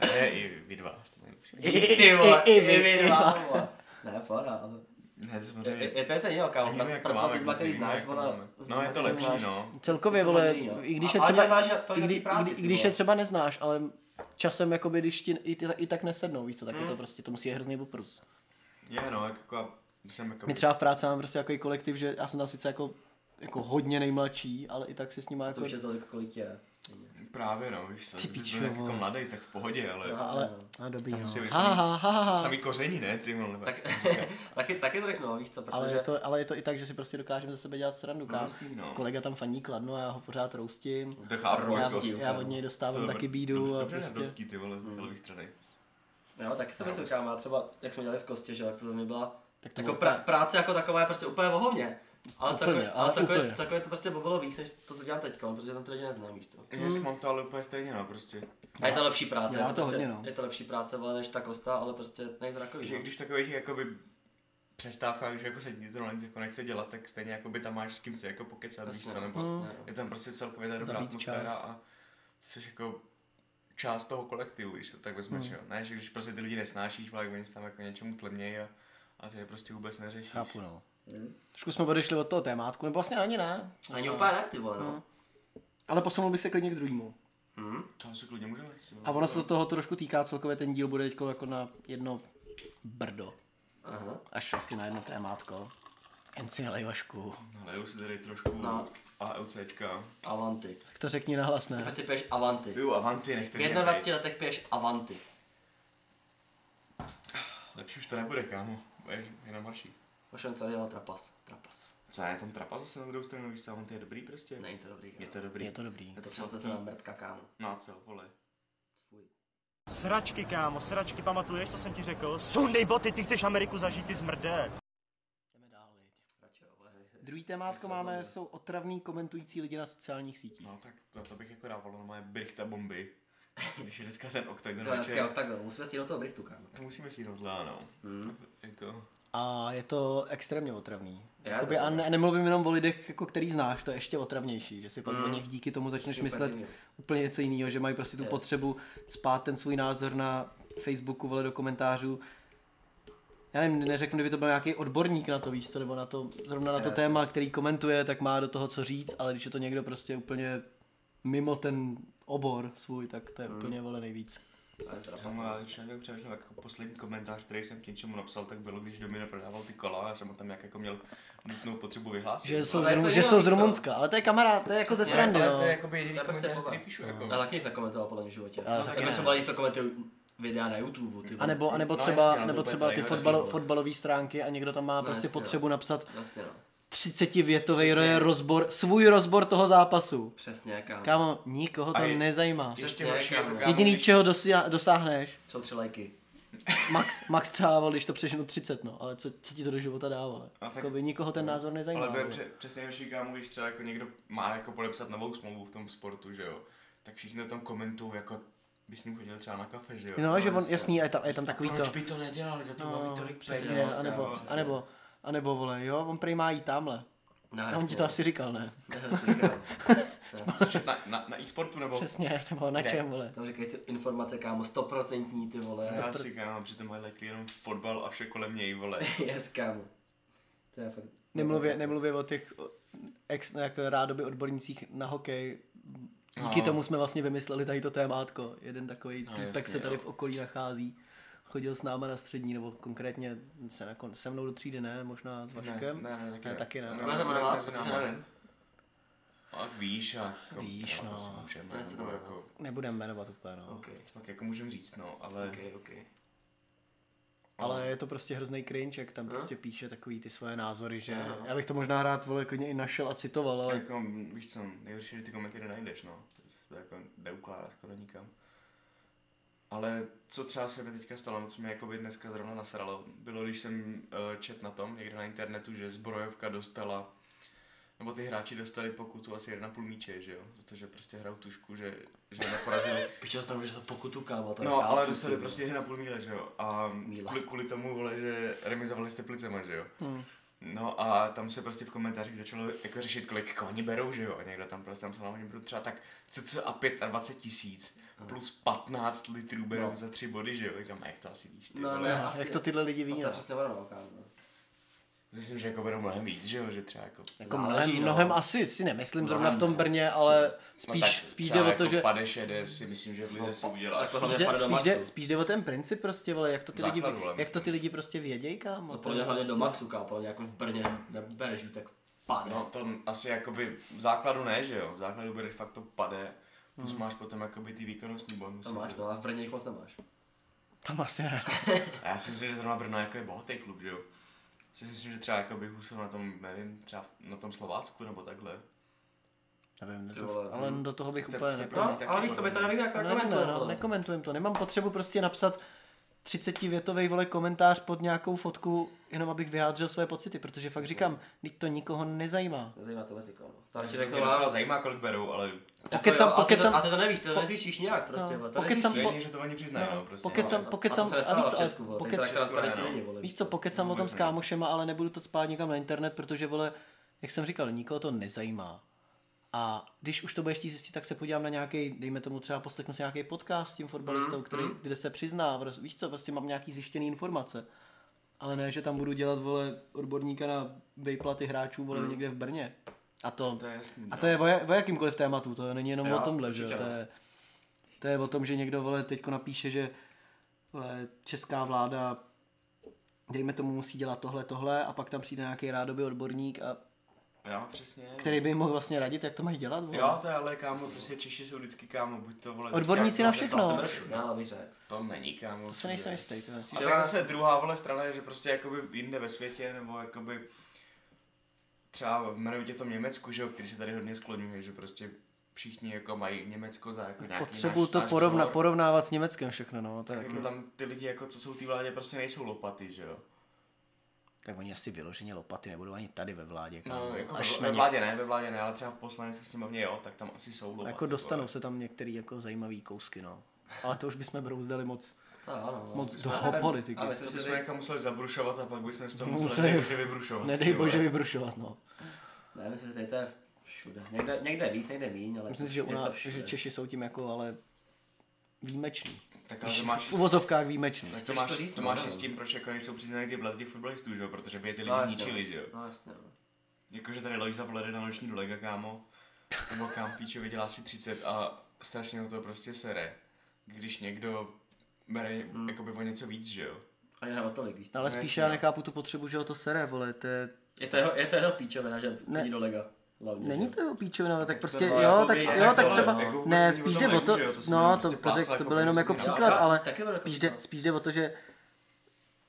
[SPEAKER 3] ne, i vy dva jste nejlepší.
[SPEAKER 2] Ty vole, i vy dva, vole. Ne, pohoda, ale...
[SPEAKER 3] Ne, to
[SPEAKER 2] Je,
[SPEAKER 3] samozřejmě.
[SPEAKER 2] je, je to něco jiného, kámo,
[SPEAKER 3] Víme,
[SPEAKER 2] prac-
[SPEAKER 3] jak to máme,
[SPEAKER 2] pracovat s
[SPEAKER 3] jak
[SPEAKER 2] lidmi,
[SPEAKER 3] moc víme,
[SPEAKER 2] který znáš,
[SPEAKER 3] jak to
[SPEAKER 2] vole.
[SPEAKER 3] máme.
[SPEAKER 2] s
[SPEAKER 3] No, je to
[SPEAKER 2] lidmi, který
[SPEAKER 3] lepší,
[SPEAKER 2] znáš.
[SPEAKER 3] no.
[SPEAKER 1] Celkově,
[SPEAKER 2] Je to
[SPEAKER 1] vole,
[SPEAKER 2] dobrý, no.
[SPEAKER 1] i když je
[SPEAKER 2] Ale
[SPEAKER 1] třeba,
[SPEAKER 2] mě záleží na to,
[SPEAKER 1] i,
[SPEAKER 2] na
[SPEAKER 1] kdy,
[SPEAKER 2] té práci,
[SPEAKER 1] i,
[SPEAKER 2] ty
[SPEAKER 1] kdy, když je
[SPEAKER 2] vole.
[SPEAKER 1] třeba neznáš, ale časem, jakoby, když ti i, ty, i tak nesednou, víš co, tak je
[SPEAKER 2] Mm.
[SPEAKER 1] to prostě, to musí je hrozný poprus.
[SPEAKER 3] Je, no, jako, jako jsem jako...
[SPEAKER 1] My třeba v práci máme prostě jako i kolektiv, že já jsem tam sice jako, jako hodně nejmladší, ale i tak se s nima
[SPEAKER 2] To
[SPEAKER 1] jako...
[SPEAKER 2] už je tolik, kolik je. stejně.
[SPEAKER 3] Právě, no, víš co,
[SPEAKER 1] Ty
[SPEAKER 3] když
[SPEAKER 1] pičo,
[SPEAKER 3] jsem jako
[SPEAKER 1] vole.
[SPEAKER 3] mladý, tak v pohodě, ale...
[SPEAKER 2] Jo.
[SPEAKER 1] Ale, a dobrý,
[SPEAKER 3] Tam
[SPEAKER 1] no.
[SPEAKER 3] musí být
[SPEAKER 1] Ha, ha, ha, ha.
[SPEAKER 3] samý, samý koření, ne, ty vole.
[SPEAKER 2] Tak, taky, taky to řeknu, no, víš co, protože...
[SPEAKER 1] Ale je, to, ale je to i tak, že si prostě dokážeme ze sebe dělat srandu. No,
[SPEAKER 3] jasný, no.
[SPEAKER 1] Kolega tam faní kladno a já ho pořád roustím.
[SPEAKER 3] To chápu,
[SPEAKER 1] Já,
[SPEAKER 3] jako.
[SPEAKER 2] roustím,
[SPEAKER 1] já od něj dostávám
[SPEAKER 3] je
[SPEAKER 1] taky
[SPEAKER 3] dobr-
[SPEAKER 1] bídu
[SPEAKER 3] dobře-
[SPEAKER 1] a
[SPEAKER 3] Dobře,
[SPEAKER 1] prostě...
[SPEAKER 3] hrdovský, ty vole,
[SPEAKER 2] Hmm.
[SPEAKER 3] z Michalový strany.
[SPEAKER 2] Jo, No, taky se myslím, kámo, já třeba, jak jsme dělali v kostě, že jo, tak to mi byla,
[SPEAKER 1] Tak
[SPEAKER 2] tak
[SPEAKER 1] to
[SPEAKER 2] jako
[SPEAKER 1] bylo-
[SPEAKER 2] pra, práce jako taková je prostě úplně vohovně. Ale
[SPEAKER 1] Úplně,
[SPEAKER 2] celkově,
[SPEAKER 1] ale
[SPEAKER 2] ale celkově,
[SPEAKER 1] úplně.
[SPEAKER 2] celkově to prostě bavilo víc, než to, co dělám teď, protože tam ty lidi neznám víc.
[SPEAKER 1] No.
[SPEAKER 2] co.
[SPEAKER 3] Já mám to ale úplně stejně, no, prostě.
[SPEAKER 2] A je to lepší práce,
[SPEAKER 1] Dělá
[SPEAKER 2] je to,
[SPEAKER 1] to
[SPEAKER 2] prostě,
[SPEAKER 1] hodně, no.
[SPEAKER 2] je to lepší práce, vole, než ta kosta, ale prostě nejde takový.
[SPEAKER 3] Že
[SPEAKER 2] no.
[SPEAKER 3] když v takových jakoby přestávkách, že jako se nic zrovna nic jako nechce dělat, tak stejně jakoby tam máš s kým se jako pokecat, víš
[SPEAKER 2] Jasně,
[SPEAKER 3] co, nebo
[SPEAKER 2] jasně, no.
[SPEAKER 3] je tam prostě celkově ta dobrá
[SPEAKER 1] Zabít
[SPEAKER 3] atmosféra
[SPEAKER 1] čas.
[SPEAKER 3] a jsi jako část toho kolektivu, víš, to tak vezmeš, jo. Ne, že když prostě ty lidi nesnášíš, ale oni se tam jako něčemu tlemějí a, a ty je prostě vůbec neřešíš.
[SPEAKER 1] Chápu, no.
[SPEAKER 3] Mhm.
[SPEAKER 1] Trošku jsme odešli od toho témátku, nebo vlastně ani ne.
[SPEAKER 2] Ani úplně ne, ty vole, no.
[SPEAKER 1] Ale posunul bych se klidně k druhému.
[SPEAKER 2] Hm?
[SPEAKER 3] To asi klidně můžeme. si-
[SPEAKER 1] A ono se to toho trošku týká, celkově ten díl bude teď jako na jedno brdo.
[SPEAKER 2] Aha.
[SPEAKER 1] Až asi na jedno témátko. Jen si hlej vašku.
[SPEAKER 3] Naleju si tady trošku
[SPEAKER 2] No.
[SPEAKER 3] ALCčka.
[SPEAKER 2] Avanty.
[SPEAKER 1] Tak to řekni nahlas,
[SPEAKER 2] Ty
[SPEAKER 1] ne?
[SPEAKER 2] prostě piješ Avanty.
[SPEAKER 3] Piju Avanti, nechte
[SPEAKER 2] V 21 letech piješ Avanty.
[SPEAKER 3] Lepší už to nebude, kámo. Budeš jenom horší.
[SPEAKER 2] Už on co dělal trapas. Trapas.
[SPEAKER 3] Co je tam trapa zase na druhou stranu, víš co, on to je dobrý prostě.
[SPEAKER 2] Není to dobrý.
[SPEAKER 3] Je
[SPEAKER 2] kámo.
[SPEAKER 3] to dobrý.
[SPEAKER 1] Je to dobrý.
[SPEAKER 3] je to
[SPEAKER 2] Přesto
[SPEAKER 3] sladký.
[SPEAKER 2] se nám mrtka, kámo.
[SPEAKER 3] No a co, vole.
[SPEAKER 2] Fuj.
[SPEAKER 4] Sračky, kámo, sračky, pamatuješ, co jsem ti řekl? Sundej boty, ty chceš Ameriku zažít, ty zmrde.
[SPEAKER 1] Jdeme dál, viď.
[SPEAKER 2] Radši, jo, vole, hej.
[SPEAKER 1] Druhý témátko máme, jsou otravní komentující lidi na sociálních sítích.
[SPEAKER 3] No tak za to bych jako dával normálně brichta bomby. Když je dneska ten oktagon
[SPEAKER 2] To je dneska
[SPEAKER 3] večer,
[SPEAKER 2] oktagon, musíme stínout toho brichtu, kámo.
[SPEAKER 3] to musíme si jít no.
[SPEAKER 2] Hmm.
[SPEAKER 3] Jako,
[SPEAKER 1] A je to extrémně otravný.
[SPEAKER 2] Já
[SPEAKER 1] Jakoby,
[SPEAKER 2] to-
[SPEAKER 1] a ne, nemluvím jenom o lidech, jako který znáš, to je ještě otravnější, že si pak o nich díky tomu začneš
[SPEAKER 2] Mm. Super
[SPEAKER 1] myslet
[SPEAKER 2] divný.
[SPEAKER 1] úplně něco jiného, že mají prostě tu potřebu spát ten svůj názor na Facebooku, vole do komentářů. Já nevím, neřeknu, kdyby to byl nějaký odborník na to, víš co, nebo na to, zrovna na to téma, který komentuje, tak má do toho co říct, ale když je to někdo prostě úplně mimo ten obor svůj, tak
[SPEAKER 2] Mm.
[SPEAKER 1] to je úplně vole nejvíc.
[SPEAKER 2] To je trapas.
[SPEAKER 3] Tam já když na to přemýšlím, jako poslední komentář, který jsem k něčemu napsal, tak bylo, když Domino prodával ty kola, já jsem ho tam jak jako měl nutnou potřebu vyhlásit.
[SPEAKER 1] Že jsou,
[SPEAKER 2] to je
[SPEAKER 1] z, Rumu-
[SPEAKER 2] něco
[SPEAKER 1] že
[SPEAKER 2] jiného,
[SPEAKER 1] jsou z
[SPEAKER 2] víš co?
[SPEAKER 1] Rumunska, ale to je kamarád, to je jako ze
[SPEAKER 2] Přesně,
[SPEAKER 1] srandy,
[SPEAKER 3] ale to
[SPEAKER 1] no.
[SPEAKER 3] je jakoby jediný
[SPEAKER 2] To je prostě
[SPEAKER 3] komentář, který
[SPEAKER 2] poba.
[SPEAKER 3] píšu, jako.
[SPEAKER 2] Já taky nic nekomentoval podle mě v životě.
[SPEAKER 1] Ale
[SPEAKER 2] Ale
[SPEAKER 1] taky
[SPEAKER 2] taky
[SPEAKER 1] ne.
[SPEAKER 2] jako třeba něco komentují videa na YouTube, ty
[SPEAKER 1] A
[SPEAKER 2] vole.
[SPEAKER 1] nebo, a nebo
[SPEAKER 3] No,
[SPEAKER 1] třeba,
[SPEAKER 3] jasně, no,
[SPEAKER 1] nebo
[SPEAKER 3] to
[SPEAKER 1] třeba
[SPEAKER 3] bude
[SPEAKER 1] ty
[SPEAKER 3] tady
[SPEAKER 1] fotbalo,
[SPEAKER 2] taky, no.
[SPEAKER 1] fotbalové stránky a někdo tam má
[SPEAKER 2] No,
[SPEAKER 1] prostě
[SPEAKER 2] jasně, no.
[SPEAKER 1] potřebu napsat
[SPEAKER 2] Jasně no.
[SPEAKER 1] 30 větový
[SPEAKER 2] Přesně.
[SPEAKER 1] rozbor, svůj rozbor toho zápasu.
[SPEAKER 2] Přesně, kámo.
[SPEAKER 1] Kámo, nikoho to
[SPEAKER 3] A je-
[SPEAKER 1] nezajímá.
[SPEAKER 3] Prostě Ještě
[SPEAKER 2] Přesně,
[SPEAKER 3] horší je to
[SPEAKER 2] kámo.
[SPEAKER 3] kámo,
[SPEAKER 1] Jediný,
[SPEAKER 3] když-
[SPEAKER 1] čeho dosia, dosáhneš,
[SPEAKER 2] Jsou tři lajky.
[SPEAKER 1] max, max třeba, vole, když to přeženu 30, no, ale co, co ti to do života dá, vole?
[SPEAKER 3] A No, tak-
[SPEAKER 1] Jakoby nikoho ten názor nezajímá.
[SPEAKER 3] Ale to je
[SPEAKER 1] vole.
[SPEAKER 3] pře- přesně nejhorší kámo, když třeba jako někdo má jako podepsat novou smlouvu v tom sportu, že jo. Tak všichni to tam komentují, jako by s ním chodil třeba na kafe, že jo.
[SPEAKER 1] No, že on, jasný, je tam, je tam takový to.
[SPEAKER 3] Proč by to nedělal, za to no,
[SPEAKER 1] No,
[SPEAKER 3] mám tolik
[SPEAKER 1] přesně,
[SPEAKER 3] peněz,
[SPEAKER 1] anebo,
[SPEAKER 3] kámo, přesně.
[SPEAKER 1] anebo, anebo, vole, jo, on prej má jít tamhle.
[SPEAKER 2] No,
[SPEAKER 1] A on ti to asi říkal, ne?
[SPEAKER 2] Jasně, kámo.
[SPEAKER 3] Čet Na, na, na e-sportu nebo...
[SPEAKER 1] Přesně, nebo na
[SPEAKER 3] No. Kde?
[SPEAKER 1] čem, vole.
[SPEAKER 2] Tam říkají ty informace, kámo, stoprocentní, ty vole.
[SPEAKER 3] Já si kámo, přitom mají like jenom fotbal a vše kolem něj, vole.
[SPEAKER 2] Yes, kámo. To je fakt...
[SPEAKER 1] Nemluvě, nemluvě o těch o, ex, jako rádoby odbornících na hokej. Díky
[SPEAKER 3] No.
[SPEAKER 1] no. tomu jsme vlastně vymysleli tady to témátko. Jeden takový
[SPEAKER 3] No,
[SPEAKER 1] no, týpek
[SPEAKER 3] jasně,
[SPEAKER 1] se tady
[SPEAKER 3] jo.
[SPEAKER 1] v okolí nachází. Chodil s náma na střední, nebo konkrétně se, na, kon- se mnou do třídy ne, možná s Vaškem.
[SPEAKER 3] ne, ne, taky
[SPEAKER 1] ne,
[SPEAKER 3] ne.
[SPEAKER 1] taky ne.
[SPEAKER 3] Ne,
[SPEAKER 2] Byla tam nová,
[SPEAKER 3] Mezi náma.
[SPEAKER 2] já nevím.
[SPEAKER 3] A jak víš, a jako,
[SPEAKER 1] Víš,
[SPEAKER 3] jo,
[SPEAKER 1] no.
[SPEAKER 3] to si Můžeme,
[SPEAKER 2] Ne, to
[SPEAKER 3] nebo
[SPEAKER 2] dobré.
[SPEAKER 3] jako,
[SPEAKER 1] Nebudem jmenovat úplně, no.
[SPEAKER 2] OK,
[SPEAKER 3] pak jako můžem říct, no, ale...
[SPEAKER 2] OK, OK.
[SPEAKER 1] Ale je to prostě hrozný cringe, jak tam
[SPEAKER 3] No.
[SPEAKER 1] prostě píše takový ty svoje názory, že já bych to možná rád vole klidně i našel a citoval, ale
[SPEAKER 3] Jako, víš co, nejhorší, že ty komenty nenajdeš, no. to jako neukládá skoro nikam. Ale co třeba se mi teďka stalo, co mě jakoby dneska zrovna nasralo, bylo, když jsem uh, čet na tom, někde na internetu, že zbrojovka dostala, nebo ty hráči dostali pokutu asi 1,5 míče, že jo? Za to, že prostě hrajou tušku, že, že neporazili.
[SPEAKER 2] Pičo, tam že to pokutu, kámo. to
[SPEAKER 3] No,
[SPEAKER 2] nechápu,
[SPEAKER 3] ale
[SPEAKER 2] ty
[SPEAKER 3] dostali
[SPEAKER 2] vole.
[SPEAKER 3] prostě 1,5 míle, že jo? A
[SPEAKER 2] Míla.
[SPEAKER 3] kvůli, kvůli tomu, vole, že remizovali s teplicema, že jo?
[SPEAKER 1] Hmm.
[SPEAKER 3] No a tam se prostě v komentářích začalo jako řešit, kolik koho oni berou, že jo? A někdo tam prostě napsal, oni berou třeba tak cca 25 tisíc
[SPEAKER 1] Hmm.
[SPEAKER 3] plus 15 litrů berou
[SPEAKER 2] No.
[SPEAKER 3] za tři body, že jo? Říkám, "A jak to asi víš ty,
[SPEAKER 2] No,
[SPEAKER 3] vole?"
[SPEAKER 2] ne,
[SPEAKER 1] Aha,
[SPEAKER 2] asi-
[SPEAKER 1] jak to tyhle lidi ví,
[SPEAKER 2] A To
[SPEAKER 1] no.
[SPEAKER 2] je přesně ono, kámo.
[SPEAKER 3] Myslím, že jako berou mnohem víc, že jo? Že třeba jako...
[SPEAKER 1] Jako
[SPEAKER 2] Záleží,
[SPEAKER 1] mnohem,
[SPEAKER 2] no.
[SPEAKER 1] mnohem asi si nemyslím zrovna
[SPEAKER 2] Mnohem
[SPEAKER 1] v tom
[SPEAKER 2] ne.
[SPEAKER 1] Brně, ale spíš,
[SPEAKER 3] No tak
[SPEAKER 1] spíš jde
[SPEAKER 3] třeba
[SPEAKER 1] o to,
[SPEAKER 3] jako
[SPEAKER 1] že...
[SPEAKER 3] Pade šede si myslím, že v Lize si udělá.
[SPEAKER 2] Takhle
[SPEAKER 3] jako-
[SPEAKER 2] hlavně
[SPEAKER 1] Spíš jde,
[SPEAKER 2] pade do
[SPEAKER 1] spíš, jde,
[SPEAKER 2] maxu.
[SPEAKER 1] spíš jde o ten princip prostě, vole, jak to ty,
[SPEAKER 3] Základu,
[SPEAKER 1] lidi,
[SPEAKER 3] ale
[SPEAKER 1] jak to ty
[SPEAKER 3] myslím.
[SPEAKER 1] lidi prostě vědějí, kámo.
[SPEAKER 2] No,
[SPEAKER 1] to
[SPEAKER 2] podle
[SPEAKER 1] je
[SPEAKER 2] mě hlavně do
[SPEAKER 1] prostě-
[SPEAKER 2] Maxu, kámo, podle mě jako v Brně ne- nebereš víc, tak pade.
[SPEAKER 3] No to asi jakoby v základu ne, že jo, v základu bereš fakt to pade, plus
[SPEAKER 1] Hmm.
[SPEAKER 3] máš potom jakoby ty výkonnostní bonusy.
[SPEAKER 2] To máš,
[SPEAKER 3] že jo.
[SPEAKER 2] no, a v Brně jich moc nemáš.
[SPEAKER 1] Tam asi ne.
[SPEAKER 3] A já si myslím, že zrovna Brno jako je bohatý klub, že jo. Si myslím, že třeba jakoby Husel na tom, nevím, třeba na tom Slovácku nebo takhle.
[SPEAKER 1] Nevím, ne
[SPEAKER 2] Ty
[SPEAKER 1] to,
[SPEAKER 2] vole,
[SPEAKER 1] ale
[SPEAKER 2] hm.
[SPEAKER 1] do toho bych
[SPEAKER 3] Jste-
[SPEAKER 1] úplně
[SPEAKER 3] jste
[SPEAKER 1] ne...
[SPEAKER 3] No, taky
[SPEAKER 2] ale víš co,
[SPEAKER 3] podle
[SPEAKER 2] my to
[SPEAKER 3] mě.
[SPEAKER 2] nevím, jak
[SPEAKER 1] No, nevím,
[SPEAKER 2] komentujeme.
[SPEAKER 1] no, nekomentujem to. Nemám potřebu prostě napsat 30 větový vole komentář pod nějakou fotku, jenom abych vyjádřil své pocity, protože fakt říkám, teď to nikoho nezajímá.
[SPEAKER 2] Nezajímá to vůbec nikoho. no. To
[SPEAKER 3] Takže
[SPEAKER 2] radši
[SPEAKER 3] to mě
[SPEAKER 2] řeknu
[SPEAKER 3] docela
[SPEAKER 2] vám.
[SPEAKER 3] zajímá, kolik berou, ale
[SPEAKER 1] Pokecam,
[SPEAKER 2] Jako jo, a ty to-
[SPEAKER 1] pokecam.
[SPEAKER 2] A ty to nevíš, ty to
[SPEAKER 1] Po-
[SPEAKER 2] nezjistíš nějak prostě.
[SPEAKER 1] no,
[SPEAKER 2] vole, to
[SPEAKER 1] pokecam,
[SPEAKER 2] nezjistíš.
[SPEAKER 3] věřím, že to oni přiznají, no, prostě.
[SPEAKER 1] pokecam,
[SPEAKER 3] no.
[SPEAKER 2] A-
[SPEAKER 1] pokecam,
[SPEAKER 2] a to se
[SPEAKER 1] a víš,
[SPEAKER 2] nestává v
[SPEAKER 1] co, ale
[SPEAKER 2] Česku, vole,
[SPEAKER 1] pokec-
[SPEAKER 2] tady
[SPEAKER 3] Česku
[SPEAKER 2] transparentní
[SPEAKER 3] ne, no.
[SPEAKER 2] není, vole,
[SPEAKER 1] Víš co, pokecám o tom
[SPEAKER 3] Vůbec
[SPEAKER 1] s
[SPEAKER 3] ne.
[SPEAKER 1] kámošema, ale nebudu to spát nikam na internet, protože vole, jak jsem říkal, nikoho to nezajímá. A když už to budeš chtít zjistit, tak se podívám na nějaký, dejme tomu třeba poslechnu si nějaký podcast s tím fotbalistou, mm, který, mm. kde se přizná, vrst- víš co, prostě mám nějaký zjištěný informace. Ale ne, že tam budu dělat, vole, odborníka na vejplaty hráčů, vole, mm. někde v Brně. A to,
[SPEAKER 3] To je jasný,
[SPEAKER 1] a
[SPEAKER 3] no.
[SPEAKER 1] to je o, ja- o jakýmkoliv tématu, to není jenom
[SPEAKER 2] Jo,
[SPEAKER 1] o tomhle, že jo,
[SPEAKER 2] určitě
[SPEAKER 1] to
[SPEAKER 2] ne.
[SPEAKER 1] je, to je o tom, že někdo, vole, teďko napíše, že vole, česká vláda dejme tomu, musí dělat tohle, tohle a pak tam přijde nějaký rádoby odborník, a,
[SPEAKER 3] Jo, přesně.
[SPEAKER 1] který by jim mohl vlastně radit, jak to mají dělat. Vole.
[SPEAKER 3] Jo, to je ale kámo, prostě Češi jsou vždycky kámo, buď to vole...
[SPEAKER 1] Odborníci na
[SPEAKER 3] teďka-
[SPEAKER 1] všechno.
[SPEAKER 2] To se ne, ale bych řekl.
[SPEAKER 3] To není kámo.
[SPEAKER 1] To se nejsem jistý. To
[SPEAKER 3] A
[SPEAKER 1] myslíš,
[SPEAKER 3] to je zase druhá vole strana, je, že prostě jakoby jinde ve světě, nebo jakoby třeba jmenovitě v tom Německu, že jo, který se tady hodně skloňuje, že prostě všichni jako mají Německo za jako nějaký
[SPEAKER 1] potřebuju
[SPEAKER 3] náš-
[SPEAKER 1] to
[SPEAKER 3] náš
[SPEAKER 1] porovna,
[SPEAKER 3] vzor.
[SPEAKER 1] porovnávat s Německem všechno, no. To je
[SPEAKER 3] Tak
[SPEAKER 1] taky,
[SPEAKER 3] jako tam ty lidi, jako co jsou ty vládě, prostě nejsou lopaty, že jo.
[SPEAKER 1] tak oni asi vyloženě lopaty nebudou ani tady ve vládě.
[SPEAKER 3] No,
[SPEAKER 1] kámo.
[SPEAKER 3] jako
[SPEAKER 1] Až
[SPEAKER 3] ve,
[SPEAKER 1] na
[SPEAKER 3] ve
[SPEAKER 1] ně,
[SPEAKER 3] vládě ne, ve vládě ne, ale třeba v poslanecké sněmovně jo, tak tam asi jsou lopaty.
[SPEAKER 1] jako dostanou
[SPEAKER 3] vole.
[SPEAKER 1] se tam některý jako zajímavý kousky, no. Ale to už bychom brouzdali moc,
[SPEAKER 2] To ano, no.
[SPEAKER 1] moc do
[SPEAKER 2] nevím.
[SPEAKER 1] politiky.
[SPEAKER 2] Ale
[SPEAKER 3] To
[SPEAKER 2] myslím, že
[SPEAKER 3] bychom
[SPEAKER 2] tady-
[SPEAKER 3] někam museli zabrušovat a pak bychom z toho
[SPEAKER 1] Museli-
[SPEAKER 3] museli bože vybrušovat.
[SPEAKER 1] Nedej
[SPEAKER 3] ty Prostě,
[SPEAKER 1] bože
[SPEAKER 3] vole.
[SPEAKER 1] vybrušovat, no.
[SPEAKER 2] ne, myslím, že tady to je všude. Někde, někde je víc, někde je míň, ale
[SPEAKER 1] Myslím si, že, u
[SPEAKER 2] je to
[SPEAKER 1] nás,
[SPEAKER 2] všude.
[SPEAKER 1] že Češi jsou tím jako, ale výjimeční.
[SPEAKER 3] Tak ale to No, máš
[SPEAKER 1] V uvozovkách výjimečný.
[SPEAKER 3] Tak to
[SPEAKER 2] Těžko
[SPEAKER 3] máš,
[SPEAKER 2] říct,
[SPEAKER 3] to
[SPEAKER 2] no,
[SPEAKER 3] máš
[SPEAKER 2] no.
[SPEAKER 3] i s tím, proč jako nejsou přiznaný ty blady těch fotbalistů, že jo? Protože by je ty lidi
[SPEAKER 2] No, jasně,
[SPEAKER 3] zničili,
[SPEAKER 2] no.
[SPEAKER 3] že jo?
[SPEAKER 2] No jasně, no.
[SPEAKER 3] Jakože tady Lojza vlede na noční dolega, kámo. Nebo kam píče vydělá si 30 a strašně ho to prostě sere. Když někdo bere hmm. jakoby o něco víc, že jo?
[SPEAKER 2] Ani nebo tolik, víš co?
[SPEAKER 1] Ale
[SPEAKER 3] No
[SPEAKER 1] spíš
[SPEAKER 3] jasně,
[SPEAKER 1] já
[SPEAKER 3] no.
[SPEAKER 1] nechápu tu potřebu, že ho to sere, vole, to je...
[SPEAKER 2] Je to jeho, je to jeho píčovina, že
[SPEAKER 1] Ne.
[SPEAKER 2] není do lega. Hlavně.
[SPEAKER 1] Není
[SPEAKER 2] že?
[SPEAKER 1] to jeho píčovina, ale tak
[SPEAKER 2] Tak to
[SPEAKER 1] prostě,
[SPEAKER 2] bylo
[SPEAKER 1] jo,
[SPEAKER 2] jako
[SPEAKER 1] tak,
[SPEAKER 2] by-
[SPEAKER 1] jo, tak
[SPEAKER 2] ale
[SPEAKER 1] třeba,
[SPEAKER 2] jako
[SPEAKER 3] vůbec
[SPEAKER 1] ne,
[SPEAKER 3] není o
[SPEAKER 1] spíš
[SPEAKER 3] tom
[SPEAKER 1] jde o
[SPEAKER 3] legu,
[SPEAKER 1] to,
[SPEAKER 3] že jo, to se
[SPEAKER 1] no,
[SPEAKER 3] jmenuje
[SPEAKER 1] to,
[SPEAKER 3] prostě
[SPEAKER 1] to, řek,
[SPEAKER 3] pásla
[SPEAKER 1] to
[SPEAKER 3] jako
[SPEAKER 1] byl jenom jako
[SPEAKER 3] policie.
[SPEAKER 1] příklad,
[SPEAKER 2] Já-
[SPEAKER 1] ale
[SPEAKER 2] taky bylo
[SPEAKER 1] spíš
[SPEAKER 2] jako
[SPEAKER 1] jde,
[SPEAKER 2] příklad.
[SPEAKER 1] spíš jde o to, že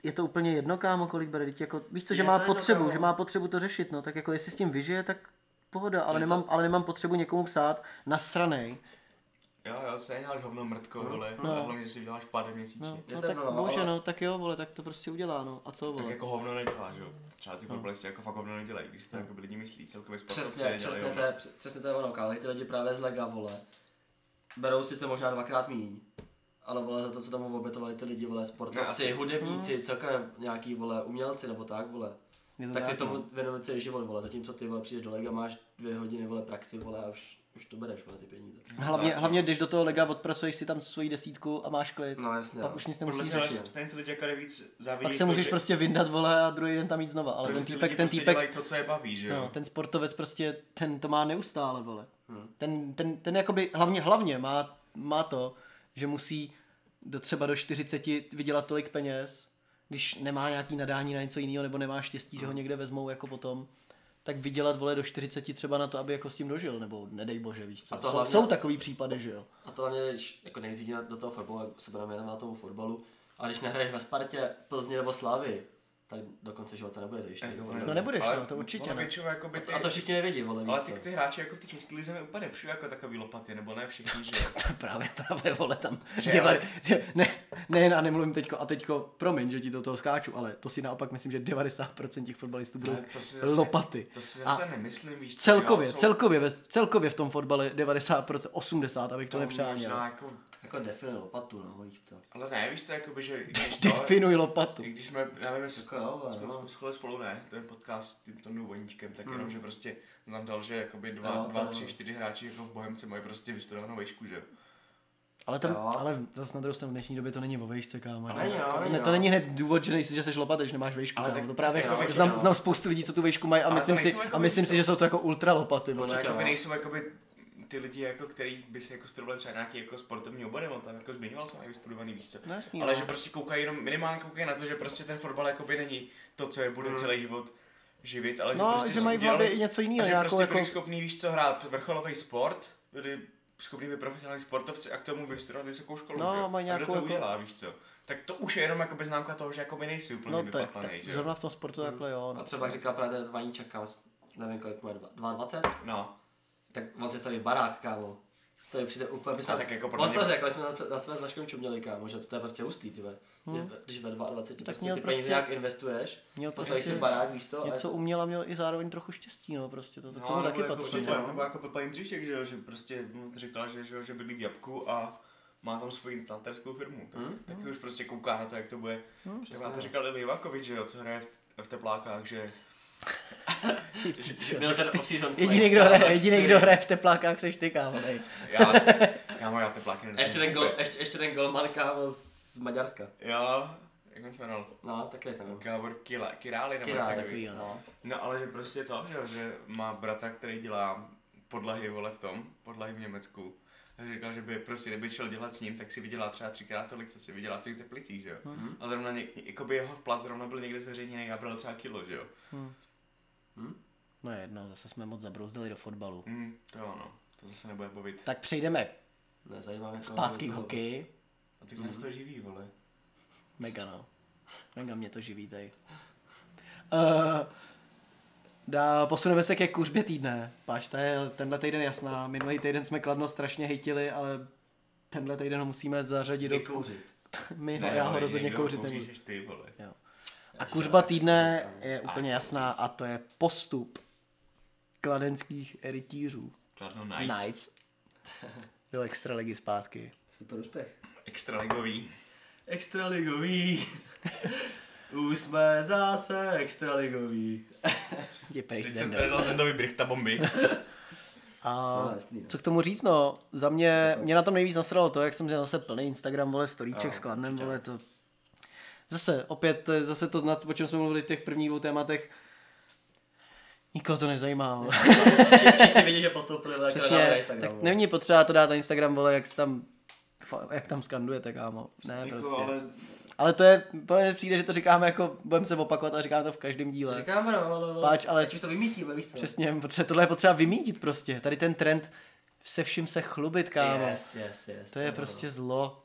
[SPEAKER 1] je to úplně jedno, kámo, kolik bere, teď jako, víš co, že
[SPEAKER 2] Je
[SPEAKER 1] má
[SPEAKER 2] to jedno,
[SPEAKER 1] potřebu,
[SPEAKER 2] kámo.
[SPEAKER 1] že má potřebu to řešit, no, tak jako jestli s tím vyžije, tak pohoda, ale nemám, ale nemám potřebu někomu psát nasranej,
[SPEAKER 3] Jo, jo, se neděláš hovno mrtko, vole. No. A hlavně, že si vyděláš pár měsíčně.
[SPEAKER 1] no,
[SPEAKER 2] Je
[SPEAKER 1] no
[SPEAKER 2] to
[SPEAKER 1] tak
[SPEAKER 2] jedno, no,
[SPEAKER 1] bože,
[SPEAKER 2] ale-
[SPEAKER 1] no, tak jo, vole, tak to prostě udělá, no, a co,
[SPEAKER 3] Tak
[SPEAKER 1] vole,
[SPEAKER 3] jako hovno nedělá, že jo? Třeba ty fotbalisti jako fakt hovno nedělají, když to jako lidi myslí celkově sportovci
[SPEAKER 2] Přesně,
[SPEAKER 3] nedělají
[SPEAKER 2] přesně to,
[SPEAKER 3] hovno.
[SPEAKER 2] je, přesně to je ono, ale ty lidi právě z lega, vole. Berou sice možná dvakrát míň, ale vole za to, co tam obětovali ty lidi, vole,
[SPEAKER 3] Ne,
[SPEAKER 2] sportovci,
[SPEAKER 3] asi.
[SPEAKER 2] hudebníci, celkově nějaký, vole, umělci nebo tak, vole.
[SPEAKER 1] Mhm. Je to
[SPEAKER 2] tak ty
[SPEAKER 1] tak,
[SPEAKER 2] tomu věnuješ celý život, vole, zatímco ty, vole, přijdeš do lega, máš dvě hodiny, vole, praxi, vole, a už, už to bereš, vole, ty peníze.
[SPEAKER 1] hlavně, hlavně jdeš do toho lega, odpracuješ si tam svoji desítku a máš klid,
[SPEAKER 2] No jasně,
[SPEAKER 1] pak
[SPEAKER 2] no.
[SPEAKER 1] už nic
[SPEAKER 3] Podle
[SPEAKER 1] nemusíš
[SPEAKER 3] mě ale
[SPEAKER 1] řešit.
[SPEAKER 3] stejně ty lidi jako nejvíc závidí
[SPEAKER 1] Pak se můžeš prostě vyndat, vole, a druhý den tam jít znova, ale
[SPEAKER 3] to,
[SPEAKER 1] ten
[SPEAKER 3] že ty
[SPEAKER 1] týpek,
[SPEAKER 3] lidi
[SPEAKER 1] ten
[SPEAKER 3] prostě
[SPEAKER 1] týpek,
[SPEAKER 3] dělají to, co je baví, že jo?
[SPEAKER 1] no, ten sportovec prostě, ten to má neustále, vole.
[SPEAKER 2] No.
[SPEAKER 1] Ten, ten, ten jakoby, hlavně, hlavně má, má to, že musí do třeba do 40 vydělat tolik peněz, když nemá nějaký nadání na něco jiného, nebo nemá štěstí,
[SPEAKER 2] No.
[SPEAKER 1] že ho někde vezmou jako potom, tak vydělat, vole, do 40 třeba na to, aby jako s tím dožil, nebo nedej bože, víš co.
[SPEAKER 2] A to
[SPEAKER 1] jsou,
[SPEAKER 2] hlavně-
[SPEAKER 1] jsou takový případy, že jo.
[SPEAKER 2] A to hlavně, když jako nejvíc jde do toho fotbalu, jak se budeme věnovat tomu fotbalu, a když nehraješ ve Spartě, Plzni nebo Slávy, tak do konce života nebude zajištěný.
[SPEAKER 3] Jako,
[SPEAKER 2] Vole.
[SPEAKER 1] No nebudeš,
[SPEAKER 3] ale
[SPEAKER 1] no, to určitě
[SPEAKER 3] ono
[SPEAKER 1] ne.
[SPEAKER 3] většinou jakoby ty-
[SPEAKER 2] A to všichni nevědí, vole,
[SPEAKER 3] Ale
[SPEAKER 2] víš
[SPEAKER 3] ty,
[SPEAKER 2] co.
[SPEAKER 3] ty hráči jako v té české lize mi úplně nepřijde jako takový lopaty, nebo ne všichni, že jo?
[SPEAKER 1] Právě, právě, vole, tam.
[SPEAKER 3] Že
[SPEAKER 1] Deva,
[SPEAKER 3] jo?
[SPEAKER 1] ne, ne, a nemluvím teďko, a teďko, promiň, že ti do toho skáču, ale to si naopak myslím, že 90% těch fotbalistů budou
[SPEAKER 3] Ale to si
[SPEAKER 1] zase, lopaty.
[SPEAKER 3] To si
[SPEAKER 1] a
[SPEAKER 3] zase nemyslím, víš co,
[SPEAKER 1] celkově,
[SPEAKER 3] jo, jsou-
[SPEAKER 1] celkově, ve, celkově v tom fotbale 90%, 80%, abych to,
[SPEAKER 3] to
[SPEAKER 1] nepřáněl.
[SPEAKER 3] možná jako,
[SPEAKER 2] Jako define lopatu, no, víš co.
[SPEAKER 3] ale ne, víš to, jakoby, že... i když to-
[SPEAKER 1] Definuj lopatu.
[SPEAKER 3] I když jsme, já nevím, jestli
[SPEAKER 2] Jako jo, ale
[SPEAKER 3] jsme
[SPEAKER 2] no.
[SPEAKER 3] no. spolu ne, ten podcast s tímto Nuvoníčkem, tak
[SPEAKER 1] Hmm.
[SPEAKER 3] jenom, že prostě znám dal, že jakoby dva,
[SPEAKER 2] Jo, to
[SPEAKER 3] dva
[SPEAKER 2] jo.
[SPEAKER 3] tři, čtyři hráči jako v Bohemce mají prostě vystudovanou vejšku, že jo.
[SPEAKER 1] Ale, tam,
[SPEAKER 2] Jo.
[SPEAKER 1] ale zase na druhou stranu v dnešní době to není o vejšce, kámo.
[SPEAKER 3] Ale
[SPEAKER 1] ne,
[SPEAKER 2] jo,
[SPEAKER 1] to,
[SPEAKER 2] ale
[SPEAKER 1] ne, to
[SPEAKER 2] jo.
[SPEAKER 1] není hned důvod, že nejsi, že jsi lopata, když nemáš vejšku,
[SPEAKER 3] Ale
[SPEAKER 1] kámo.
[SPEAKER 3] tak
[SPEAKER 1] To právě
[SPEAKER 3] to
[SPEAKER 1] jako,
[SPEAKER 3] nejsou
[SPEAKER 1] znám,
[SPEAKER 3] vejšky,
[SPEAKER 1] znám spoustu lidí, co tu vejšku mají a
[SPEAKER 3] Ale to
[SPEAKER 1] myslím si,
[SPEAKER 3] nejsou jako
[SPEAKER 1] a myslím si,
[SPEAKER 3] vejšce.
[SPEAKER 1] že jsou to jako ultra lopaty.
[SPEAKER 3] No,
[SPEAKER 1] vole.
[SPEAKER 2] tak
[SPEAKER 3] jakoby
[SPEAKER 2] jo.
[SPEAKER 3] nejsou jakoby ty lidi, jako, který by se jako studovali třeba nějaký jako sportovní obory, on tam jako zmiňoval, co mají vystudovaný více.
[SPEAKER 1] No jasný,
[SPEAKER 3] Ale
[SPEAKER 1] no.
[SPEAKER 3] že prostě koukají jenom, minimálně koukají na to, že prostě ten fotbal jakoby není to, co je budou celý život živit, ale
[SPEAKER 1] No,
[SPEAKER 3] že prostě
[SPEAKER 1] že mají v
[SPEAKER 3] dělali-
[SPEAKER 1] hlavě i něco jinýho,
[SPEAKER 3] a že
[SPEAKER 1] nějakou
[SPEAKER 3] prostě byli
[SPEAKER 1] jako-
[SPEAKER 3] schopný, víš co, hrát vrcholový sport, byli schopný být profesionální sportovci a k tomu vystudovat vysokou školu,
[SPEAKER 1] No,
[SPEAKER 3] že jo?
[SPEAKER 1] mají
[SPEAKER 3] A kdo
[SPEAKER 1] nějakou
[SPEAKER 3] to
[SPEAKER 1] jako-
[SPEAKER 3] udělá, víš co. Tak to už je jenom jakoby známka toho, že jakoby nejsi úplně
[SPEAKER 1] No tak, tak,
[SPEAKER 3] vypatlanej, že jo.
[SPEAKER 1] zrovna v tom sportu takhle jo.
[SPEAKER 2] A
[SPEAKER 1] No.
[SPEAKER 2] třeba jak říkal právě ten Vaníček, kámo, nevím kolik má, dva- 22?
[SPEAKER 3] No,
[SPEAKER 2] Tak on si staví barák, kámo. To je přijde úplně, my jsme,
[SPEAKER 3] A tak jako podle
[SPEAKER 2] on to
[SPEAKER 3] mě-
[SPEAKER 2] řekl, my jsme na, na své s Vaškem čuměli, kámo, že to je prostě hustý, ty ve. Hmm. Když ve 22 tak prostě
[SPEAKER 1] měl
[SPEAKER 2] ty prostě,
[SPEAKER 1] prostě-
[SPEAKER 2] peníze nějak investuješ,
[SPEAKER 1] měl
[SPEAKER 2] postavíš
[SPEAKER 1] prostě
[SPEAKER 2] si barák, víš co,
[SPEAKER 1] Něco
[SPEAKER 2] něco...
[SPEAKER 1] uměl a měl i zároveň trochu štěstí, no prostě to, to k
[SPEAKER 3] No,
[SPEAKER 1] tomu
[SPEAKER 3] nebo
[SPEAKER 1] taky
[SPEAKER 3] jako
[SPEAKER 1] patří.
[SPEAKER 3] určitě,
[SPEAKER 1] no.
[SPEAKER 3] no. Nebo jako Pepa Jindříšek, že, jo, že prostě hm, říkala, že, že, jo, že bydlí v Jabku a má tam svoji instalatérskou firmu. Tak, hmm? taky už prostě kouká na to, jak to bude. Hmm, tak vám to říkal Lili Ivakovič, že jo, co hraje v, v teplákách, že...
[SPEAKER 2] a byl ten off-season slate.
[SPEAKER 1] Jediný, kdo hraje,
[SPEAKER 2] Tak
[SPEAKER 1] jediný,
[SPEAKER 2] si-
[SPEAKER 1] kdo hraje v teplákách, seš ty, kámo. nej.
[SPEAKER 3] Já, kámo, já tepláky
[SPEAKER 2] A
[SPEAKER 3] nedám
[SPEAKER 2] ještě ten, gol,
[SPEAKER 3] vůbec.
[SPEAKER 2] ještě, ještě ten golman, kámo, z Maďarska.
[SPEAKER 3] Jo, jak on se jmenoval?
[SPEAKER 2] No, tak je tam.
[SPEAKER 3] Gábor Kila, Király nebo
[SPEAKER 2] Kirá,
[SPEAKER 3] něco
[SPEAKER 1] takový,
[SPEAKER 3] takový.
[SPEAKER 1] jo.
[SPEAKER 2] No.
[SPEAKER 3] No ale že prostě to, že, jo, že má brata, který dělá podlahy, vole, v tom, podlahy v Německu. A říkal, že by prostě kdyby šel dělat s ním, tak si vydělá třeba třikrát tolik, co si vydělá v těch teplicích, že jo.
[SPEAKER 1] Mhm.
[SPEAKER 3] Mm-hmm. A zrovna, ně, jako by jeho plat zrovna byl někde zveřejněný a bral třeba kilo, že jo.
[SPEAKER 1] No jedno, zase jsme moc zabrouzdili do fotbalu.
[SPEAKER 3] Mm, to jo, no. To zase nebude bavit.
[SPEAKER 1] Tak přejdeme
[SPEAKER 2] Nezajímá mě No, to.
[SPEAKER 1] zpátky k hokeji.
[SPEAKER 3] A ty nás to živí, vole.
[SPEAKER 1] Mega no. Mega mě to živí tady. Uh, dá, posuneme se ke kuřbě týdne. Páč, ta je tenhle týden jasná. Minulý týden jsme Kladno strašně hejtili, ale tenhle týden ho musíme zařadit do...
[SPEAKER 2] Vykouřit.
[SPEAKER 1] My, ne, já ho
[SPEAKER 3] ale
[SPEAKER 1] rozhodně
[SPEAKER 3] někdo ho
[SPEAKER 1] kouřit nebudu.
[SPEAKER 3] kouříš, ty, vole.
[SPEAKER 1] Jo. A kuřba týdne je úplně jasná a to je postup kladenských rytířů
[SPEAKER 3] Kladno Knights. Night.
[SPEAKER 1] Knights do extraligy zpátky.
[SPEAKER 2] Super úspěch.
[SPEAKER 3] Extraligový.
[SPEAKER 2] Extraligový. Už jsme zase extraligový.
[SPEAKER 1] Je pryč
[SPEAKER 3] Teď
[SPEAKER 1] ze
[SPEAKER 3] jsem
[SPEAKER 1] mne.
[SPEAKER 3] tady dal Zendovi brichta bomby.
[SPEAKER 1] A
[SPEAKER 2] No, jasný, no.
[SPEAKER 1] co k tomu říct, no, za mě, mě na tom nejvíc nasralo to, jak jsem měl zase plný Instagram, vole, storíček s kladnem, vole, to... Zase, opět, to je zase to, nad, o čem jsme mluvili v těch prvních dvou tématech, Nikoho to nezajímá, vole.
[SPEAKER 2] Všichni vidí, že postoupili na na
[SPEAKER 1] Přesně,
[SPEAKER 2] Instagramu.
[SPEAKER 1] tak není potřeba to dát na Instagram, vole, jak se tam, fa- jak tam skandujete, kámo. Ne,
[SPEAKER 3] Jako,
[SPEAKER 1] prostě.
[SPEAKER 3] ale
[SPEAKER 1] Ale to je, podle mě přijde, že to říkáme jako, budeme se opakovat a říkáme to v každém díle.
[SPEAKER 2] Říkám, no, ale...
[SPEAKER 1] Páč, ale-
[SPEAKER 2] Ať už to vymítíme, víš co?
[SPEAKER 1] Přesně, protože tohle je potřeba vymítit prostě. Tady ten trend se vším se chlubit, kámo.
[SPEAKER 2] Yes, yes, yes.
[SPEAKER 1] To je
[SPEAKER 2] no.
[SPEAKER 1] prostě zlo.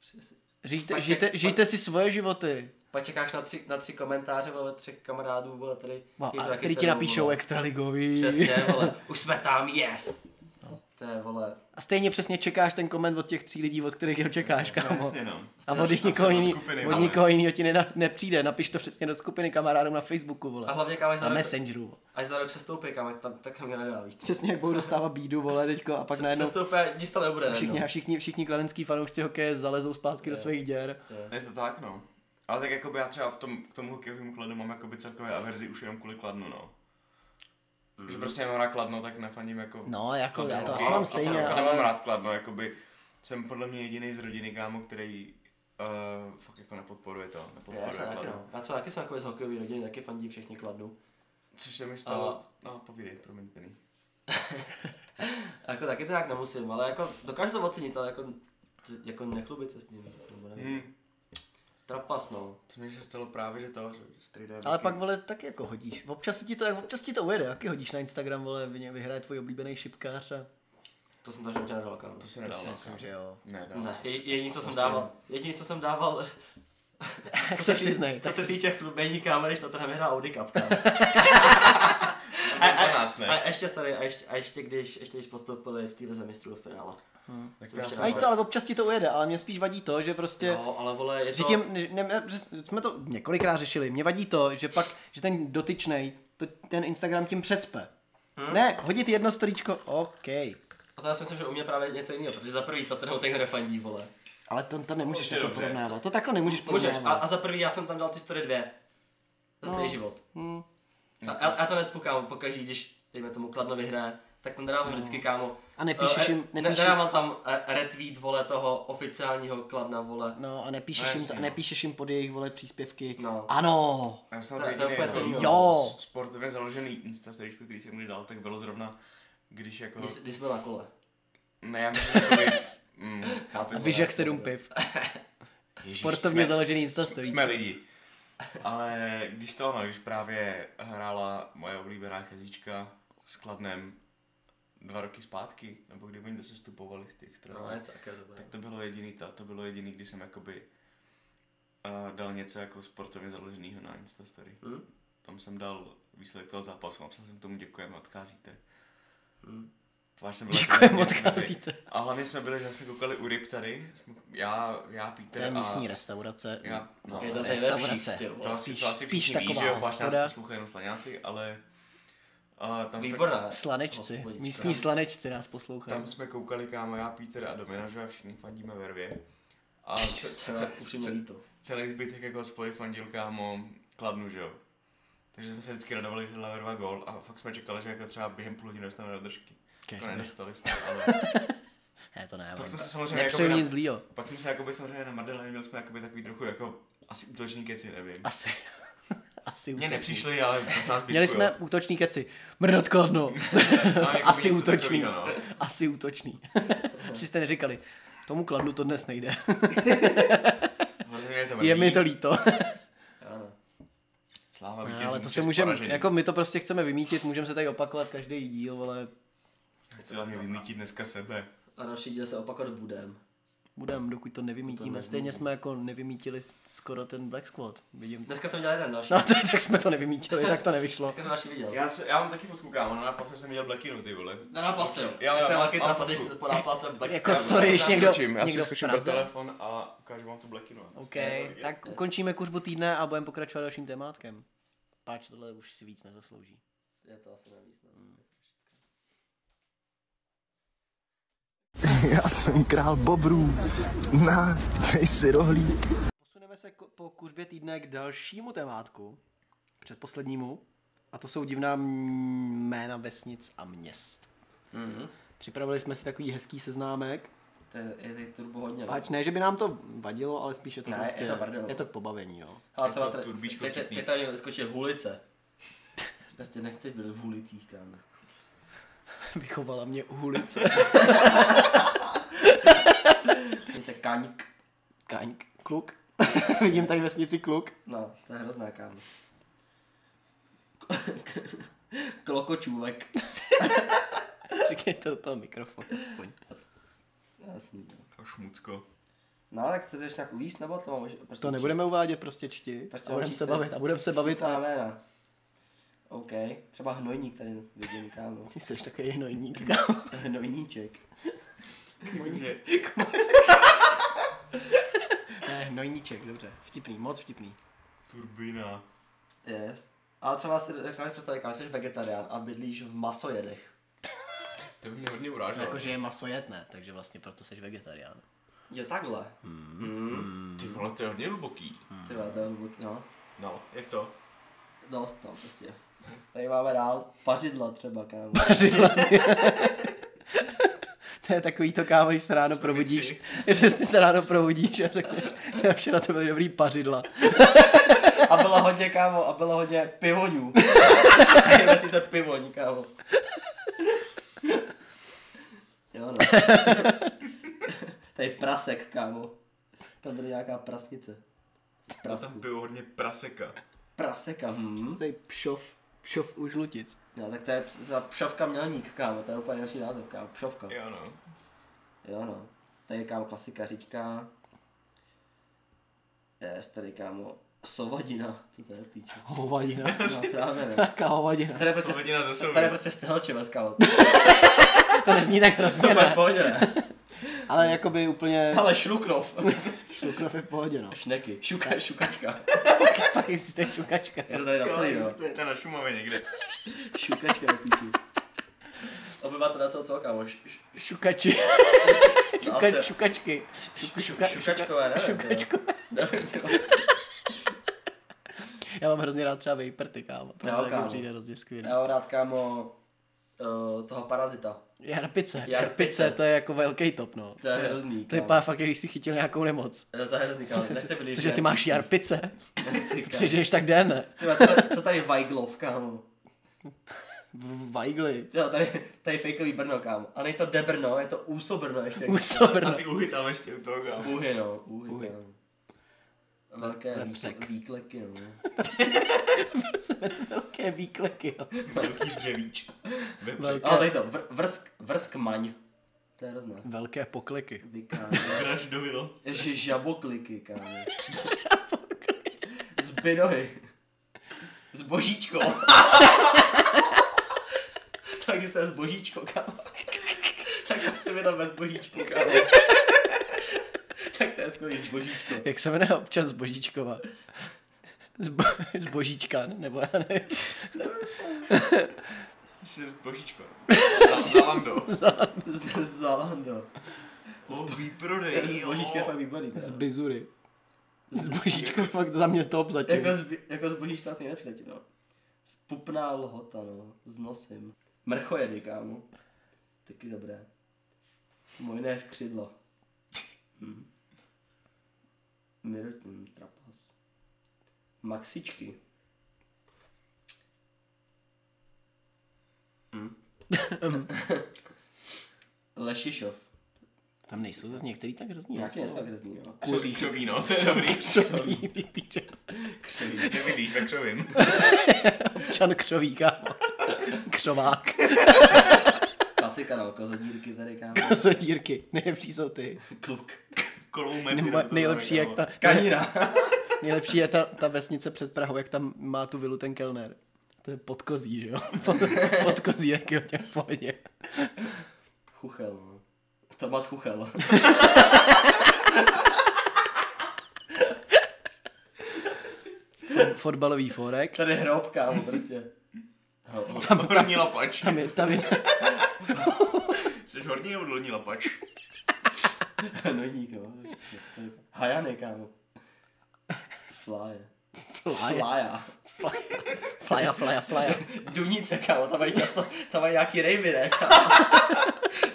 [SPEAKER 2] Přesně.
[SPEAKER 1] Žijte,
[SPEAKER 2] Pak
[SPEAKER 1] žijte,
[SPEAKER 2] ček- pak-
[SPEAKER 1] žijte si svoje životy.
[SPEAKER 2] Pak čekáš na tři, na tři komentáře, vole, třech kamarádů, vole, tady.
[SPEAKER 1] No,
[SPEAKER 2] kteří to
[SPEAKER 1] a
[SPEAKER 2] taky
[SPEAKER 1] který
[SPEAKER 2] s
[SPEAKER 1] ti
[SPEAKER 2] tebou,
[SPEAKER 1] napíšou
[SPEAKER 2] vole.
[SPEAKER 1] extraligový.
[SPEAKER 2] Přesně, vole, už jsme tam, yes!
[SPEAKER 1] No.
[SPEAKER 2] To je, vole,
[SPEAKER 1] A stejně přesně čekáš ten koment od těch tří lidí, od kterých ho čekáš, kámo.
[SPEAKER 3] jasně, no.
[SPEAKER 1] A od jich nikoho
[SPEAKER 3] do
[SPEAKER 1] jiný,
[SPEAKER 3] skupiny,
[SPEAKER 1] od
[SPEAKER 3] vole.
[SPEAKER 1] nikoho jiného ti nena, nepřijde. Napiš to přesně do skupiny kamarádům na Facebooku, vole.
[SPEAKER 2] A hlavně, kámo, až za
[SPEAKER 1] na
[SPEAKER 2] rok-
[SPEAKER 1] Messengeru. vole.
[SPEAKER 2] až za rok se stoupí, kam, tam, tak tam mě nedá, víš co?
[SPEAKER 1] Přesně jak budou dostávat bídu, vole, teďko a pak
[SPEAKER 2] Se
[SPEAKER 1] najednou
[SPEAKER 2] stoupí, nic to nebude,
[SPEAKER 1] všichni,
[SPEAKER 2] najednou.
[SPEAKER 1] a všichni, všichni kladenský fanoušci hokeje zalezou zpátky do svých děr.
[SPEAKER 3] Je to tak, no. Ale tak jakoby já třeba v tom, k tomu hokejovému kladu mám jakoby celkové averzi už jenom kvůli kladnu, no. Mm. Že prostě nemám rád kladno, tak nefaním jako...
[SPEAKER 1] No, jako já to
[SPEAKER 3] A-
[SPEAKER 1] asi mám
[SPEAKER 3] a-
[SPEAKER 1] stejně,
[SPEAKER 3] Jako
[SPEAKER 1] ale-
[SPEAKER 3] nemám rád kladno, jakoby jsem podle mě jediný z rodiny kámo, který uh, fakt jako nepodporuje to, nepodporuje
[SPEAKER 2] Já jsem taky,
[SPEAKER 3] kladno.
[SPEAKER 2] no. Já co, taky jsem takový z hokejový rodiny, taky fandí všichni kladnu.
[SPEAKER 3] Což se mi stalo, no povídej, promiň, Penny.
[SPEAKER 2] Jako taky to nějak nemusím, ale jako dokážu to ocenit, ale jako, jako nechlubit se s tím, víš co, nebo nevím.
[SPEAKER 3] Hmm.
[SPEAKER 2] Trapas, no.
[SPEAKER 3] To mi se stalo právě, že to, že strejda
[SPEAKER 1] Ale pak, vole, tak jako hodíš. Občas si ti to, občas ti to ujede, jaký hodíš na Instagram, vole, vy- vyhraje tvůj oblíbený šipkář a...
[SPEAKER 2] To jsem tam životě nedal, kámo.
[SPEAKER 3] no. To se nedalo.
[SPEAKER 1] že jo.
[SPEAKER 3] Ne,
[SPEAKER 2] Ne, je- jediný, co jsem dával, jediný, co jsem dával
[SPEAKER 1] Tak se přiznej.
[SPEAKER 2] Co
[SPEAKER 1] tak
[SPEAKER 2] se
[SPEAKER 1] se-
[SPEAKER 2] týče chlubení, kámo, když to teda vyhrá Audi Cup, kámo.
[SPEAKER 3] A,
[SPEAKER 2] A, a,
[SPEAKER 3] 12 ne.
[SPEAKER 2] a, ještě, sorry, a ještě, a ještě, když, ještě když postoupili v týhle zemi do finále.
[SPEAKER 3] Tak
[SPEAKER 2] jsem ještě
[SPEAKER 3] to
[SPEAKER 1] A
[SPEAKER 3] já
[SPEAKER 1] nic, ale občas ti to ujede, ale mě spíš vadí to, že prostě...
[SPEAKER 2] No, ale vole, je
[SPEAKER 1] Že
[SPEAKER 2] to...
[SPEAKER 1] tím, ne, ne, že jsme to několikrát řešili, mě vadí to, že pak, že ten dotyčnej, to, ten Instagram tím přecpe.
[SPEAKER 3] Hm?
[SPEAKER 1] Hmm? Ne, hodit jedno storíčko, OK.
[SPEAKER 2] A to já si myslím, že u mě právě něco jiného, protože za prvý to ten ten nefandí, vole.
[SPEAKER 1] Ale to, to nemůžeš
[SPEAKER 3] Určitě
[SPEAKER 1] takhle
[SPEAKER 3] Prostě dobře.
[SPEAKER 1] porovnávat. To takhle nemůžeš
[SPEAKER 2] Můžeš,
[SPEAKER 1] porovnávat.
[SPEAKER 2] a, a za prvý já jsem tam dal ty story dvě. Za celý život.
[SPEAKER 1] Hm.
[SPEAKER 2] A, a, a to nespukám, pokaždé, když, dejme tomu, Kladno vyhraje, tak tam dávám vždycky, kámo.
[SPEAKER 1] No. A nepíšeš
[SPEAKER 2] eh,
[SPEAKER 1] jim-
[SPEAKER 2] ne-
[SPEAKER 1] nepíšeš-
[SPEAKER 2] Nedávám tam eh, retweet, vole, toho oficiálního Kladna, vole.
[SPEAKER 1] No a nepíšeš,
[SPEAKER 3] No,
[SPEAKER 1] jim,
[SPEAKER 3] jasně,
[SPEAKER 1] ta,
[SPEAKER 3] no.
[SPEAKER 1] nepíšeš jim pod jejich vole příspěvky.
[SPEAKER 2] No.
[SPEAKER 1] Ano.
[SPEAKER 3] Já jsem
[SPEAKER 2] To-
[SPEAKER 3] na
[SPEAKER 2] to je úplně
[SPEAKER 3] to
[SPEAKER 2] co
[SPEAKER 3] jediný jako,
[SPEAKER 2] jiného.
[SPEAKER 1] Jo.
[SPEAKER 3] s- sportově založený Insta storyčko, který jsem mi dal, tak bylo zrovna, když jako...
[SPEAKER 2] Když, když jsme na kole.
[SPEAKER 3] Ne, já myslím, jakoby... Mm, chápu.
[SPEAKER 1] Vyžeh sedm piv.
[SPEAKER 3] Ježíš,
[SPEAKER 1] sportovně
[SPEAKER 3] jsme-
[SPEAKER 1] založený
[SPEAKER 3] jsme-
[SPEAKER 1] Insta
[SPEAKER 3] jsme-
[SPEAKER 1] story.
[SPEAKER 3] Jsme lidi. Ale když to ono, když právě hrála moje oblíbená chazička s Kladnem dva roky zpátky, nebo kdy oni se stupovali z těch stran.
[SPEAKER 2] No, je to také dobré.
[SPEAKER 3] Tak to bylo jediný, to, to bylo jediný, kdy jsem jakoby uh, dal něco jako sportovně založeného na Instastory.
[SPEAKER 2] Hm?
[SPEAKER 3] Tam jsem dal výsledek toho zápasu, napsal jsem tomu děkujeme, odcházíte.
[SPEAKER 2] Hm.
[SPEAKER 3] Váš jsem
[SPEAKER 1] Děkujeme, odcházíte.
[SPEAKER 3] A hlavně jsme byli, že jsme koukali u ryb tady, jsme- já, já,
[SPEAKER 1] To
[SPEAKER 3] Peter
[SPEAKER 1] je místní
[SPEAKER 3] a...
[SPEAKER 1] restaurace.
[SPEAKER 3] Já,
[SPEAKER 1] no,
[SPEAKER 2] je to z
[SPEAKER 1] restaurace.
[SPEAKER 2] nejlepších, ty vole.
[SPEAKER 3] To asi,
[SPEAKER 1] Spíš-
[SPEAKER 3] to asi
[SPEAKER 1] spíš
[SPEAKER 3] spíš ví,
[SPEAKER 1] taková
[SPEAKER 3] že jo, pak
[SPEAKER 1] hospoda.
[SPEAKER 3] nás poslouchají jenom slaňáci, ale a tam, jsme,
[SPEAKER 2] Výborná.
[SPEAKER 1] Slanečci.
[SPEAKER 2] hospodička.
[SPEAKER 1] Místní slanečci nás poslouchají.
[SPEAKER 3] tam jsme koukali kámo, já, Peter a Domina, že jo, všichni fandíme vervě. A
[SPEAKER 2] Co-
[SPEAKER 3] ce,
[SPEAKER 2] co
[SPEAKER 3] ce,
[SPEAKER 2] nás
[SPEAKER 3] ce,
[SPEAKER 2] upřímně
[SPEAKER 3] ce,
[SPEAKER 2] líto.
[SPEAKER 3] celý zbytek jako spory fandil kámo Kladnu, že jo. Takže jsme se vždycky radovali, že dala verva gol a fakt jsme čekali, že jako třeba během půl hodiny dostaneme do držky. Jako
[SPEAKER 1] Kežby.
[SPEAKER 3] nedostali jsme, ale
[SPEAKER 1] Ne, to ne.
[SPEAKER 3] pak jsme se samozřejmě jako-
[SPEAKER 1] Nepřeju
[SPEAKER 3] jakoby
[SPEAKER 1] nic
[SPEAKER 3] na-
[SPEAKER 1] zlýho.
[SPEAKER 3] pak jsme se jakoby samozřejmě namrdali, ale měli jsme jakoby takový trochu jako asi útoční keci, nevím.
[SPEAKER 1] Asi. Asi
[SPEAKER 3] Mně
[SPEAKER 1] útočný.
[SPEAKER 3] nepřišli, ale to nás
[SPEAKER 1] Měli
[SPEAKER 3] bitkujo.
[SPEAKER 1] jsme útoční keci. Mrdot kladno.
[SPEAKER 3] No, jakoby
[SPEAKER 1] Asi
[SPEAKER 3] něco
[SPEAKER 1] útočný.
[SPEAKER 3] takovýho, no.
[SPEAKER 1] Asi útočný. Asi jste neříkali. Tomu kladnu to dnes nejde.
[SPEAKER 3] Hrozně mě to
[SPEAKER 1] Je
[SPEAKER 3] mrzí.
[SPEAKER 1] mi to líto.
[SPEAKER 2] Ano.
[SPEAKER 3] Sláva
[SPEAKER 1] Ne,
[SPEAKER 3] vítězů,
[SPEAKER 1] ale to se
[SPEAKER 3] čest
[SPEAKER 1] můžeme,
[SPEAKER 3] poraženým.
[SPEAKER 1] jako my to prostě chceme vymítit, můžeme se tady opakovat každý díl, ale
[SPEAKER 3] Chci hlavně vymítit dneska sebe.
[SPEAKER 2] A další díl se opakovat budem.
[SPEAKER 1] budeme, dokud to nevymítíme. Stejně jsme jako nevymítili skoro ten Black Squad, vidím.
[SPEAKER 2] Dneska jsem dělal jeden další.
[SPEAKER 1] No to, tak jsme to nevymítili, tak to nevyšlo.
[SPEAKER 2] Dneska jsem další viděl.
[SPEAKER 3] Já, se, já mám taky fotku, kámo, no, na náplavce jsem viděl Blackinu, ty vole.
[SPEAKER 2] Na náplavce, jo.
[SPEAKER 3] Já-
[SPEAKER 2] Tak to je
[SPEAKER 3] já-
[SPEAKER 2] velký
[SPEAKER 3] mám
[SPEAKER 2] trapas, když
[SPEAKER 3] fotku.
[SPEAKER 2] se po náplavce Black
[SPEAKER 1] Jako
[SPEAKER 2] Square,
[SPEAKER 1] sorry,
[SPEAKER 2] vole.
[SPEAKER 1] když
[SPEAKER 2] Já
[SPEAKER 1] někdo,
[SPEAKER 3] Skočím, já si
[SPEAKER 1] někdo v
[SPEAKER 3] skočím pro
[SPEAKER 1] Praze.
[SPEAKER 3] telefon a ukážu vám tu Blackinu.
[SPEAKER 1] OK, tak ukončíme kuřbu týdne a budeme pokračovat dalším témátkem. Páč, tohle už si víc nezaslouží.
[SPEAKER 2] Je to asi navíc. no.
[SPEAKER 5] Já jsem král bobrů. Na, nejsi rohlík.
[SPEAKER 1] Posuneme se ko- po kuřbě týdne k dalšímu témátku, předposlednímu, a to jsou divná m- jména vesnic a měst.
[SPEAKER 2] Mhm.
[SPEAKER 1] Připravili jsme si takový hezký seznámek.
[SPEAKER 2] To je, je tady turbo hodně. no.
[SPEAKER 1] Páč, ne, že by nám to vadilo, ale spíš je to
[SPEAKER 2] Ne,
[SPEAKER 1] prostě,
[SPEAKER 2] je to prdel.
[SPEAKER 1] je to k pobavení, no.
[SPEAKER 2] Ale
[SPEAKER 3] Je
[SPEAKER 2] třeba
[SPEAKER 3] to
[SPEAKER 2] tady,
[SPEAKER 3] turbíčko
[SPEAKER 2] teď, teď,
[SPEAKER 3] vtipný.
[SPEAKER 2] teď tady skočí hulice. Prostě nechceš být v ulicích, kámo.
[SPEAKER 1] Vychovala mě ulice.
[SPEAKER 2] Teď Prostě se kaňk.
[SPEAKER 1] Kaňk, kluk. Vidím tady vesnici kluk.
[SPEAKER 2] No, to je hrozná, kámo. Klokočůvek.
[SPEAKER 1] Říkej to do toho mikrofonu aspoň.
[SPEAKER 2] Jasný, no.
[SPEAKER 3] A šmucko.
[SPEAKER 2] no, tak chceš ještě nějak uvíst, nebo to mám už- prostě
[SPEAKER 1] To nebudeme uvádět, prostě čti. a
[SPEAKER 2] Prostě
[SPEAKER 1] budeme
[SPEAKER 2] číst
[SPEAKER 1] se
[SPEAKER 2] ty-
[SPEAKER 1] bavit, a budeme se bavit a
[SPEAKER 2] jména. OK, třeba hnojník tady vidím, kámo.
[SPEAKER 1] ty jsi takový hnojník, kámo.
[SPEAKER 2] Hnojníček.
[SPEAKER 1] Ne, hnojníček, dobře. Vtipný, moc vtipný.
[SPEAKER 3] Turbina.
[SPEAKER 2] Yes. Ale třeba si dokážeš představit, kámo, jsi vegetarián a bydlíš v masojedech.
[SPEAKER 3] To by mě hodně uráželo.
[SPEAKER 1] Jakože je maso jedné, takže vlastně proto jsi vegetarián.
[SPEAKER 2] Jo, takhle.
[SPEAKER 1] Hmm.
[SPEAKER 2] Hmm.
[SPEAKER 3] Ty vole, to je hodně hluboký.
[SPEAKER 2] Ty vole, to je hluboký, no.
[SPEAKER 3] No, jak to?
[SPEAKER 2] Dost, no, prostě. Tady máme dál pařidla třeba, kámo.
[SPEAKER 1] vlastně- to je takový to kámo, když se ráno probudíš, že si se ráno probudíš a řekneš, že včera to byly dobrý pařidla.
[SPEAKER 2] A bylo hodně, kámo, a bylo hodně pivoňů. Jeme si se pivoň, kámo. Jo, no. Tady prasek, kámo. Tam bude nějaká prasnice.
[SPEAKER 3] Já tam
[SPEAKER 2] Prasku.
[SPEAKER 3] piju hodně praseka.
[SPEAKER 2] Praseka, hm.
[SPEAKER 1] To je pšov, pšov u žlutic.
[SPEAKER 2] No, tak to je ps- za pšovka mělník, kámo, to je úplně další název, kámo, pšovka.
[SPEAKER 3] Jo no.
[SPEAKER 2] Jo, no. Tady je, kámo, klasika, říčka. Je, tady kámo, sovadina, co to je píče.
[SPEAKER 1] Hovadina.
[SPEAKER 2] No, právě ne.
[SPEAKER 1] Taká hovadina.
[SPEAKER 2] Tady je prostě,
[SPEAKER 3] Sovadina ze Sově.
[SPEAKER 2] tady je prostě stelčeva, kámo.
[SPEAKER 1] To nezní tak hrozně,
[SPEAKER 2] To je v
[SPEAKER 1] ne?
[SPEAKER 2] pohodě, ne?
[SPEAKER 1] Ale jakoby úplně
[SPEAKER 2] Ale šluknov.
[SPEAKER 1] šluknov je v pohodě, no.
[SPEAKER 2] Šneky, šuka, šukačka.
[SPEAKER 1] Fakt existuje šukačka.
[SPEAKER 2] Je to tady napsaný, no.
[SPEAKER 3] To je na Šumavě někde.
[SPEAKER 2] Šukačka na píči. Obyvatel jsou co, kámo? Š- š-
[SPEAKER 1] Šukači.
[SPEAKER 2] no
[SPEAKER 1] Šuka,
[SPEAKER 2] asi-
[SPEAKER 1] šukačky. Šuka, šuka,
[SPEAKER 2] Šukačkové, nevím.
[SPEAKER 1] šukačko.
[SPEAKER 2] Šukačkové. Nevím, ty vole.
[SPEAKER 1] Já mám hrozně rád třeba vejprty, kámo. To
[SPEAKER 2] Jo,
[SPEAKER 1] mi taky
[SPEAKER 2] kámo.
[SPEAKER 1] přijde hrozně skvělý.
[SPEAKER 2] Já mám rád, kámo, eh, toho parazita.
[SPEAKER 1] Jarpice.
[SPEAKER 2] Jarpice.
[SPEAKER 1] Jarpice, to je jako velký top, no.
[SPEAKER 2] To je hrozný,
[SPEAKER 1] To je
[SPEAKER 2] kámo.
[SPEAKER 1] pá fakt, když jsi chytil nějakou nemoc.
[SPEAKER 2] Eh, To je hrozný, kámo. Nechci být
[SPEAKER 1] Cože ty máš jarpice?
[SPEAKER 2] Nechci, kámo.
[SPEAKER 1] Přežiješ tak den, ne?
[SPEAKER 2] Ty vole, co tady- Co tady Vajglov, kámo?
[SPEAKER 1] Vajgly.
[SPEAKER 2] Jo, tady, tady fejkový Brno, kámo. A nej to Debrno, je to Úso Brno ještě.
[SPEAKER 1] Úsobr.
[SPEAKER 3] A ty uhy tam ještě u toho, kámo.
[SPEAKER 2] Úhy, no. Úhy,
[SPEAKER 1] Úhy.
[SPEAKER 2] kámo. Velké
[SPEAKER 1] Lepřek.
[SPEAKER 2] výkle- výkleky, no.
[SPEAKER 1] Velké výkleky, jo.
[SPEAKER 3] Velký dřevíč. Vepřek.
[SPEAKER 1] Velké,
[SPEAKER 2] Ale tady to, vr- vrsk, vrsk maň. To je hrozné.
[SPEAKER 1] velké pokleky.
[SPEAKER 2] Vykámo.
[SPEAKER 3] Vraždovilo.
[SPEAKER 2] Ještě žabokliky, kámo. Z binohy. S božíčkou. Takže jste s božíčkou, kámo. Tak já chci mi tam bez božíčku, kámo. tak to je skvělý s božíčkou.
[SPEAKER 1] Jak se jmenuje občan z Božíčkova? Z, bo, z Božíčka, nebo já nevím.
[SPEAKER 3] Jsi s božičkou. Za- Za Lando.
[SPEAKER 2] Z Zalando.
[SPEAKER 3] O, výprodej.
[SPEAKER 2] Z božíčka je
[SPEAKER 3] jo.
[SPEAKER 2] fakt výborný.
[SPEAKER 1] Z
[SPEAKER 2] kámo.
[SPEAKER 1] Bizury. Z Božíčkova fakt za mě top zatím.
[SPEAKER 2] Jako z, jako z božíčka asi nejlepší zatím, no. Pupná lhota, no. S nosem. Mrchojedy, kámo. Taky dobré. Mojné skřidlo. Hm. Mirotin trapas. Maxičky. Hm. Lešišov.
[SPEAKER 1] Tam nejsou zase některý tak hrozný.
[SPEAKER 2] Nějaký
[SPEAKER 1] jasný.
[SPEAKER 2] je tak hrozný, no.
[SPEAKER 3] Křoví, křoví, no, to je dobrý.
[SPEAKER 1] Ty píče.
[SPEAKER 2] Křivý.
[SPEAKER 3] Nevidíš, tak křovím.
[SPEAKER 1] Občan křoví, kámo. Křovák.
[SPEAKER 2] Klasika, no. Kozodírky tady, kámo.
[SPEAKER 1] Zodírky. Nejlepší jsou ty.
[SPEAKER 2] Kluk.
[SPEAKER 3] Koloumet.
[SPEAKER 1] Nebo nejlepší,
[SPEAKER 3] no.
[SPEAKER 1] jak ta,
[SPEAKER 2] Kanina.
[SPEAKER 1] nejlepší je ta, ta vesnice před Prahou, jak tam má tu vilu ten kelner. To je podkozí, že jo? Podkozí, jak jo, tě v pohodě.
[SPEAKER 2] Chuchel, no. Tomas Chuchel.
[SPEAKER 1] Fotbalový forek.
[SPEAKER 2] Tady je hrob, kámo, prostě. Ho-
[SPEAKER 3] Tam, horní lapač.
[SPEAKER 1] Tam je, tam je,
[SPEAKER 3] Jsi horní nebo dolní lapač?
[SPEAKER 2] Hnojík, no. Hajany, kámo. Fly.
[SPEAKER 1] Flaja,
[SPEAKER 2] Flája.
[SPEAKER 1] flaja, flaja, flaja.
[SPEAKER 2] Dunice, kámo, tam mají často, tam mají nějaký rejvy, ne, kámo.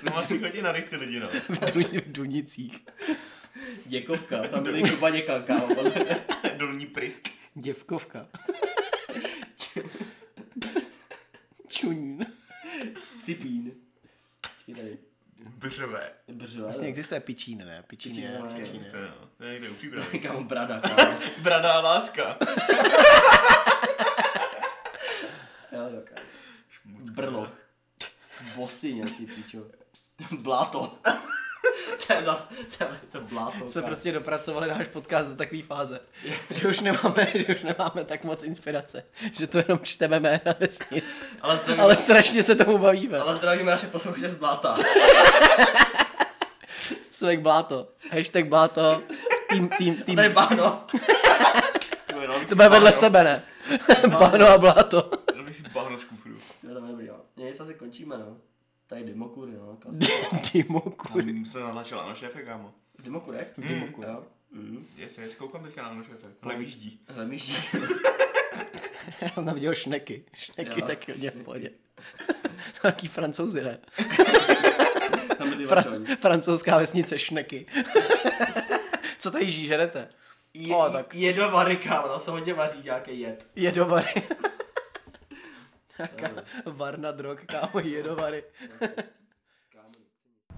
[SPEAKER 3] No asi chodí na ty lidi, no.
[SPEAKER 1] V, Duni, v Dunicích.
[SPEAKER 2] Děkovka, tam byly Kuba Děkan, kámo. podle mě.
[SPEAKER 3] Dolní prysk.
[SPEAKER 1] Děvkovka. Čuň.
[SPEAKER 2] Cipín. Čekaj,
[SPEAKER 3] Břve.
[SPEAKER 2] Břle.
[SPEAKER 1] Vlastně existuje pičín, ne? Pičín je.
[SPEAKER 2] Pičín,
[SPEAKER 3] To
[SPEAKER 2] ne.
[SPEAKER 3] je, no. To je někde u přípravy.
[SPEAKER 2] Kámo, brada, kámo.
[SPEAKER 3] Bradá láska.
[SPEAKER 2] Jo, jo, kámo. Brloch. Bosině, ty pičo. Bláto. To je za, to je za bláto,
[SPEAKER 1] Jsme
[SPEAKER 2] kámo.
[SPEAKER 1] prostě dopracovali náš podcast do takové fáze, že už nemáme, že už nemáme tak moc inspirace, že to jenom čteme jména vesnic.
[SPEAKER 2] Ale zdravíme,
[SPEAKER 1] Ale strašně se tomu bavíme.
[SPEAKER 2] ale zdravíme naše posluchače z bláta.
[SPEAKER 1] Svek bláto. Hashtag bláto. Tým, tým,
[SPEAKER 2] A
[SPEAKER 1] tým.
[SPEAKER 2] tady báno.
[SPEAKER 1] To bude vedle sebe, ne?
[SPEAKER 2] No,
[SPEAKER 1] Báno a bláto.
[SPEAKER 3] Dal bych si bahno z kufru.
[SPEAKER 2] Jo, to je dobrý, no. jo. Něco asi končíme, no. Tady demokury, no.
[SPEAKER 1] Dimoku.
[SPEAKER 3] Tam se natlačila na šéfe, kámo.
[SPEAKER 2] V demokurech? V
[SPEAKER 3] demoku.
[SPEAKER 2] Jo. Mm.
[SPEAKER 3] Jestli je, koukám teďka na šéfe. Hle, míždí.
[SPEAKER 2] Hele, míží.
[SPEAKER 1] Já jsem tam viděl šneky. Šneky
[SPEAKER 2] Jo.
[SPEAKER 1] taky hodně v pohodě. To Taký francouzi, ne?
[SPEAKER 2] Tam byli vašoni.
[SPEAKER 1] Franc- francouzská vesnice šneky. Co tady žíženete?
[SPEAKER 2] Je,
[SPEAKER 1] Ale tak.
[SPEAKER 2] jedovary, kámo, tam se hodně vaří nějaký jed.
[SPEAKER 1] Jedovary. Taká varna drog, kámo, jedovary.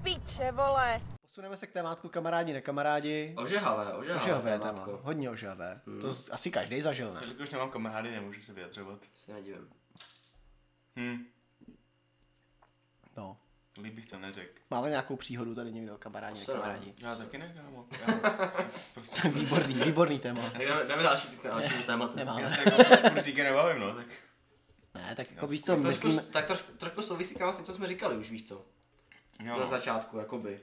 [SPEAKER 6] piče, vole.
[SPEAKER 1] Posuneme se k témátku kamarádi, nekamarádi.
[SPEAKER 2] Ožehavé, ožehavé. jako
[SPEAKER 1] Ožavé téma, no.
[SPEAKER 2] témátko.
[SPEAKER 1] hodně ožavé. To
[SPEAKER 2] Hmm.
[SPEAKER 1] z- asi každý zažil, ne?
[SPEAKER 3] Jelikož nemám kamarády, nemůžu se vyjadřovat.
[SPEAKER 2] Se nedivím.
[SPEAKER 3] Hm.
[SPEAKER 1] No.
[SPEAKER 3] Tolik bych to neřekl.
[SPEAKER 1] Máme nějakou příhodu tady někdo, kamarádi,
[SPEAKER 2] Asi jo.
[SPEAKER 1] kamarádi.
[SPEAKER 3] Já taky ne, kámo. Já prostě...
[SPEAKER 1] Výborný, výborný téma.
[SPEAKER 2] Tak jdeme, jdeme další, další tématu.
[SPEAKER 1] Nemáme.
[SPEAKER 3] Já se jako furt říkám nebavím, no, tak...
[SPEAKER 1] Ne, tak jako víš co,
[SPEAKER 2] To trošku,
[SPEAKER 1] myslím,
[SPEAKER 2] tak trošku, trošku souvisí kámo s tím, co jsme říkali už, víš co?
[SPEAKER 3] Jo,
[SPEAKER 2] Na
[SPEAKER 3] no.
[SPEAKER 2] začátku, jakoby.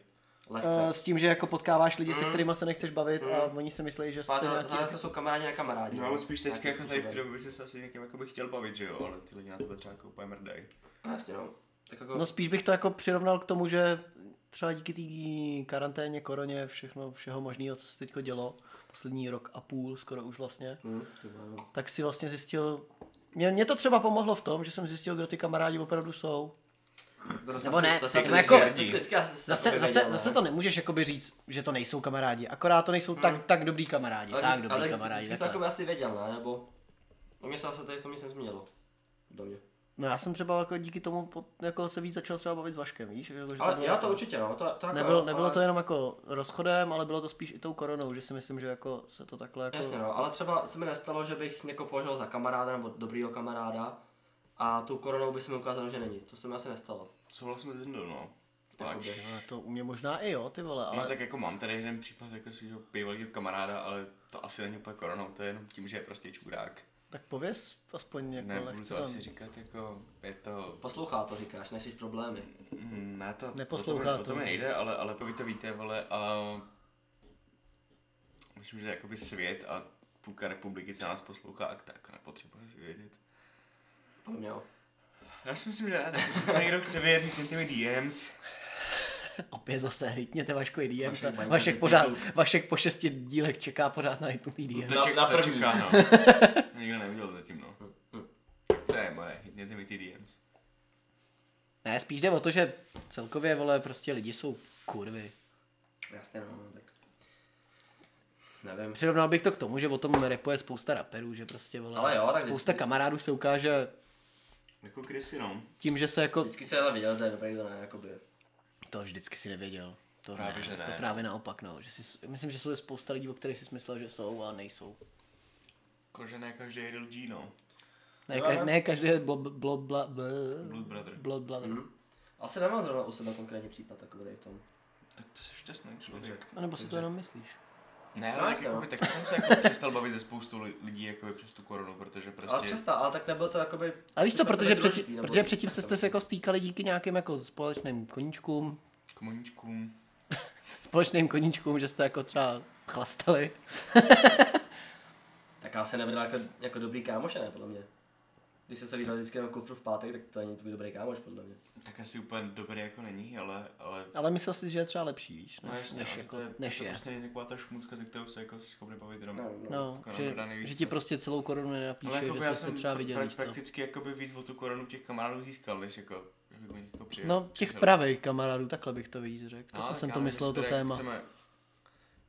[SPEAKER 1] eh,
[SPEAKER 2] Lehce.
[SPEAKER 1] s tím, že jako potkáváš lidi, se
[SPEAKER 2] Mm.
[SPEAKER 1] kterými se nechceš bavit a oni si myslí, že jste
[SPEAKER 2] Pátá,
[SPEAKER 1] nějaký...
[SPEAKER 2] zároveň to jsou kamarádi na kamarádi.
[SPEAKER 3] No, ale spíš teď
[SPEAKER 2] Nějakým
[SPEAKER 3] jako tady v té
[SPEAKER 2] způsobem.
[SPEAKER 3] době by se asi někým jako bych chtěl bavit, že jo, ale ty lidi na tebe třeba jako úplně mrdají.
[SPEAKER 2] No, jasně, no. Tak jako...
[SPEAKER 1] No spíš bych to jako přirovnal k tomu, že třeba díky té karanténě, koroně, všechno, všeho možného, co se teď dělo, poslední rok a půl, skoro už vlastně,
[SPEAKER 2] Hm, ty vole, no.
[SPEAKER 1] tak si vlastně zjistil, mě, mě to třeba pomohlo v tom, že jsem zjistil, kdo ty kamarádi opravdu jsou.
[SPEAKER 2] Jako to
[SPEAKER 1] Nebo
[SPEAKER 2] zase-
[SPEAKER 1] ne,
[SPEAKER 2] to
[SPEAKER 1] tak
[SPEAKER 2] se
[SPEAKER 1] jako-
[SPEAKER 2] jako, to se vždycky asi-
[SPEAKER 1] Zase,
[SPEAKER 2] jako
[SPEAKER 1] zase,
[SPEAKER 2] věděl,
[SPEAKER 1] zase
[SPEAKER 2] ne?
[SPEAKER 1] to nemůžeš jakoby říct, že to nejsou kamarádi, akorát to nejsou tak, tak dobrý kamarádi,
[SPEAKER 2] Hmm. Ale
[SPEAKER 1] tak
[SPEAKER 2] vždycky-
[SPEAKER 1] dobrý
[SPEAKER 2] ale
[SPEAKER 1] kamarádi.
[SPEAKER 2] vždycky to
[SPEAKER 1] takhle.
[SPEAKER 2] jako by asi věděl, ne? Nebo... No mě se asi tady v tom nic nezměnilo. Do mě.
[SPEAKER 1] No já jsem třeba jako díky tomu pot, jako se víc začal třeba bavit s Vaškem, víš? Jako, že
[SPEAKER 2] Ale
[SPEAKER 1] bylo
[SPEAKER 2] já
[SPEAKER 1] jako-
[SPEAKER 2] to určitě, no. To, to jako,
[SPEAKER 1] Nebylo, nebylo
[SPEAKER 2] ale-
[SPEAKER 1] to jenom jako rozchodem, ale bylo to spíš i tou koronou, že si myslím, že jako se to takhle jako...
[SPEAKER 2] Jasně, no, ale třeba se mi nestalo, že bych někoho považoval za kamaráda nebo dobrýho kamaráda a tu koronou by se mi ukázalo, že není. To se mi asi nestalo.
[SPEAKER 3] Souhlasím s Lindou, no.
[SPEAKER 2] Jakoby.
[SPEAKER 3] Pač.
[SPEAKER 1] Ale To u mě možná i jo, ty vole, ale...
[SPEAKER 3] No tak jako mám tady jeden případ jako svého bývalého kamaráda, ale to asi není úplně koronou, to je jenom tím, že je prostě čurák.
[SPEAKER 1] Tak pověz aspoň jako
[SPEAKER 3] Ne, budu
[SPEAKER 1] lehce
[SPEAKER 3] to
[SPEAKER 1] to
[SPEAKER 3] asi říkat, jako je to...
[SPEAKER 2] Poslouchá to, říkáš, než jsi problémy.
[SPEAKER 3] Mm, Ne, to,
[SPEAKER 1] Neposlouchá
[SPEAKER 3] to.
[SPEAKER 1] to.
[SPEAKER 3] To mi nejde, ale, ale vy to víte, vole, a... Myslím, že jakoby svět a půlka republiky se nás poslouchá, a tak nepotřebuje si vědět.
[SPEAKER 2] Podle mě jo.
[SPEAKER 3] Já si myslím, že ne, tak jestli to někdo chce vědět, těm těmi DMs.
[SPEAKER 1] Opět zase hitněte Vašku i DM.
[SPEAKER 2] Vašek Bajka,
[SPEAKER 1] Vašek,
[SPEAKER 2] ty
[SPEAKER 1] pořád,
[SPEAKER 2] pičou.
[SPEAKER 1] Vašek po šesti dílech čeká pořád na hitnutý DM.
[SPEAKER 2] Na-
[SPEAKER 3] To ček,
[SPEAKER 2] na
[SPEAKER 3] to
[SPEAKER 2] první. Mm,
[SPEAKER 3] čeká, no. Nikdo neudělal zatím, no. Co je moje, hitněte mi ty DMs.
[SPEAKER 1] Ne, spíš jde o to, že celkově, vole, prostě lidi jsou kurvy.
[SPEAKER 2] Jasně, no, no, tak. Nevím.
[SPEAKER 1] Přirovnal bych to k tomu, že o tom repuje spousta raperů, že prostě, vole,
[SPEAKER 2] Ale jo, tak
[SPEAKER 1] spousta kamarádů se ukáže
[SPEAKER 3] Jako Chrissy, no.
[SPEAKER 1] tím, že se jako...
[SPEAKER 2] Vždycky se ale viděl, že je dobrý, kdo ne, jakoby.
[SPEAKER 1] To vždycky si nevěděl. To
[SPEAKER 3] Právě,
[SPEAKER 1] ne,
[SPEAKER 3] že
[SPEAKER 1] To
[SPEAKER 3] ne.
[SPEAKER 1] právě naopak, no. Že si, myslím, že jsou spousta lidí, o kterých si myslel, že jsou, ale nejsou.
[SPEAKER 3] Jakože ne každý je Lil G, no.
[SPEAKER 1] Ne, ka- ne každý je blob, blob, bla, bl,
[SPEAKER 3] Blood Brother. Mhm.
[SPEAKER 1] blood brother.
[SPEAKER 2] Asi nemám zrovna u sebe konkrétní případ takový tady v tom.
[SPEAKER 3] Tak to jsi šťastný člověk.
[SPEAKER 1] A nebo si to jenom myslíš?
[SPEAKER 3] Ne,
[SPEAKER 2] No,
[SPEAKER 3] ale tak,
[SPEAKER 2] jasně, no.
[SPEAKER 3] jakoby, tak jsem se jako přestal bavit ze spoustu li- lidí jakoby, přes tu koronu, protože
[SPEAKER 2] Ale
[SPEAKER 3] prostě...
[SPEAKER 2] přestal, ale tak nebyl to jakoby...
[SPEAKER 1] A víš co,
[SPEAKER 2] případ
[SPEAKER 1] protože,
[SPEAKER 2] důležitý,
[SPEAKER 1] předtím,
[SPEAKER 2] nebo-
[SPEAKER 1] protože předtím se jste se jako stýkali díky nějakým jako společným koníčkům,
[SPEAKER 3] K moníčkům.
[SPEAKER 1] společným koníčkům, že jste jako třeba chlastali.
[SPEAKER 2] Tak já se nevydal jako, jako dobrý kámoš, ne, podle mě. Když jste se viděl vždycky jenom v kufru v pátek, tak to není tvůj dobrý kámoš, podle mě.
[SPEAKER 3] Tak asi úplně dobrý jako není, ale... ale...
[SPEAKER 1] Ale myslel si, že je třeba lepší, víš, než,
[SPEAKER 3] jasně,
[SPEAKER 1] než,
[SPEAKER 3] no,
[SPEAKER 1] jako,
[SPEAKER 3] to je,
[SPEAKER 1] než
[SPEAKER 3] to
[SPEAKER 1] je.
[SPEAKER 3] prostě není taková ta šmucka, ze kterou se jako jsi schopný bavit jenom.
[SPEAKER 1] No,
[SPEAKER 3] Jako
[SPEAKER 1] že,
[SPEAKER 3] nedodaný víc,
[SPEAKER 1] že ti
[SPEAKER 3] co.
[SPEAKER 1] prostě celou korunu
[SPEAKER 3] Ale
[SPEAKER 1] nenapíše,
[SPEAKER 3] jakoby
[SPEAKER 1] že
[SPEAKER 3] já
[SPEAKER 1] jste se
[SPEAKER 3] jsem
[SPEAKER 1] třeba
[SPEAKER 3] pra-
[SPEAKER 1] viděl víc, co.
[SPEAKER 3] prakticky jakoby víc o tu koronu těch kamarádů získal, než jako, že bych o někoho přijel.
[SPEAKER 1] No, těch
[SPEAKER 3] přišel.
[SPEAKER 1] pravých kamarádů, takhle bych to víc řekl. Takhle
[SPEAKER 3] No, tak
[SPEAKER 1] jsem
[SPEAKER 3] já
[SPEAKER 1] to
[SPEAKER 3] nevím,
[SPEAKER 1] myslel,
[SPEAKER 3] jestli
[SPEAKER 1] to
[SPEAKER 3] teda jako
[SPEAKER 1] téma.
[SPEAKER 3] Chceme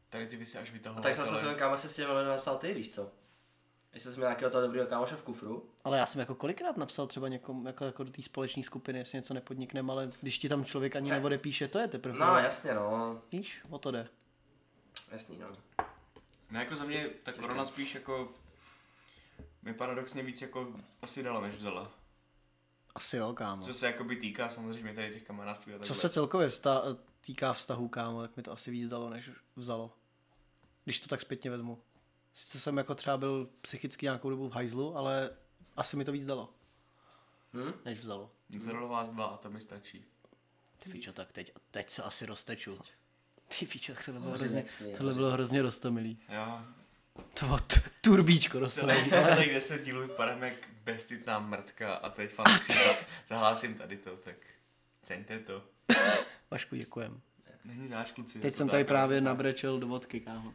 [SPEAKER 3] tady ty věci až vytahovat,
[SPEAKER 2] Tak jsem se
[SPEAKER 3] ale-
[SPEAKER 2] svým kámošem s těmi lidmi napsal ty, víš co? Jestli jsi měl nějakého toho dobrýho kámoše v kufru,
[SPEAKER 1] Ale já jsem jako kolikrát napsal třeba někomu jako, jako do té společné skupiny, jestli něco nepodnikneme, ale když ti tam člověk ani neodepíše, to je teprve.
[SPEAKER 2] No, jasně, no.
[SPEAKER 1] Víš, o to jde.
[SPEAKER 2] Jasný, no.
[SPEAKER 3] No jako za mě ta korona spíš jako mi paradoxně víc jako asi dala, než vzala.
[SPEAKER 1] Asi jo, kámo.
[SPEAKER 3] Co se jakoby týká samozřejmě tady těch kamarádství a takhle.
[SPEAKER 1] No. Co se celkově sta- týká vztahu, kámo, tak mi to asi víc dalo, než vzalo. Když to tak zpětně vezmu. Sice jsem jako třeba byl psychicky nějakou dobu v hajzlu, ale asi mi to víc dalo.
[SPEAKER 2] Hm?
[SPEAKER 1] Než vzalo.
[SPEAKER 3] Zralo vás dva a to mi stačí.
[SPEAKER 1] Ty víš, no tak teď, teď se asi rozteču. Ty víš, jak tohle bylo
[SPEAKER 2] Hořek
[SPEAKER 1] hrozně,
[SPEAKER 2] si,
[SPEAKER 1] tohle bylo hrozně rostomilý.
[SPEAKER 3] Jo.
[SPEAKER 1] To bylo t- turbíčko rostomilý.
[SPEAKER 3] Celých deset dílů vypadám jak bestitná mrtka a teď fanoušci za- zahlásím tady to, tak ceňte to.
[SPEAKER 1] Vašku, děkujem.
[SPEAKER 3] Není náš kluci. je
[SPEAKER 1] Teď
[SPEAKER 3] to
[SPEAKER 1] jsem
[SPEAKER 3] tak,
[SPEAKER 1] tady
[SPEAKER 3] ale-
[SPEAKER 1] právě nabrečel do vodky, kámo.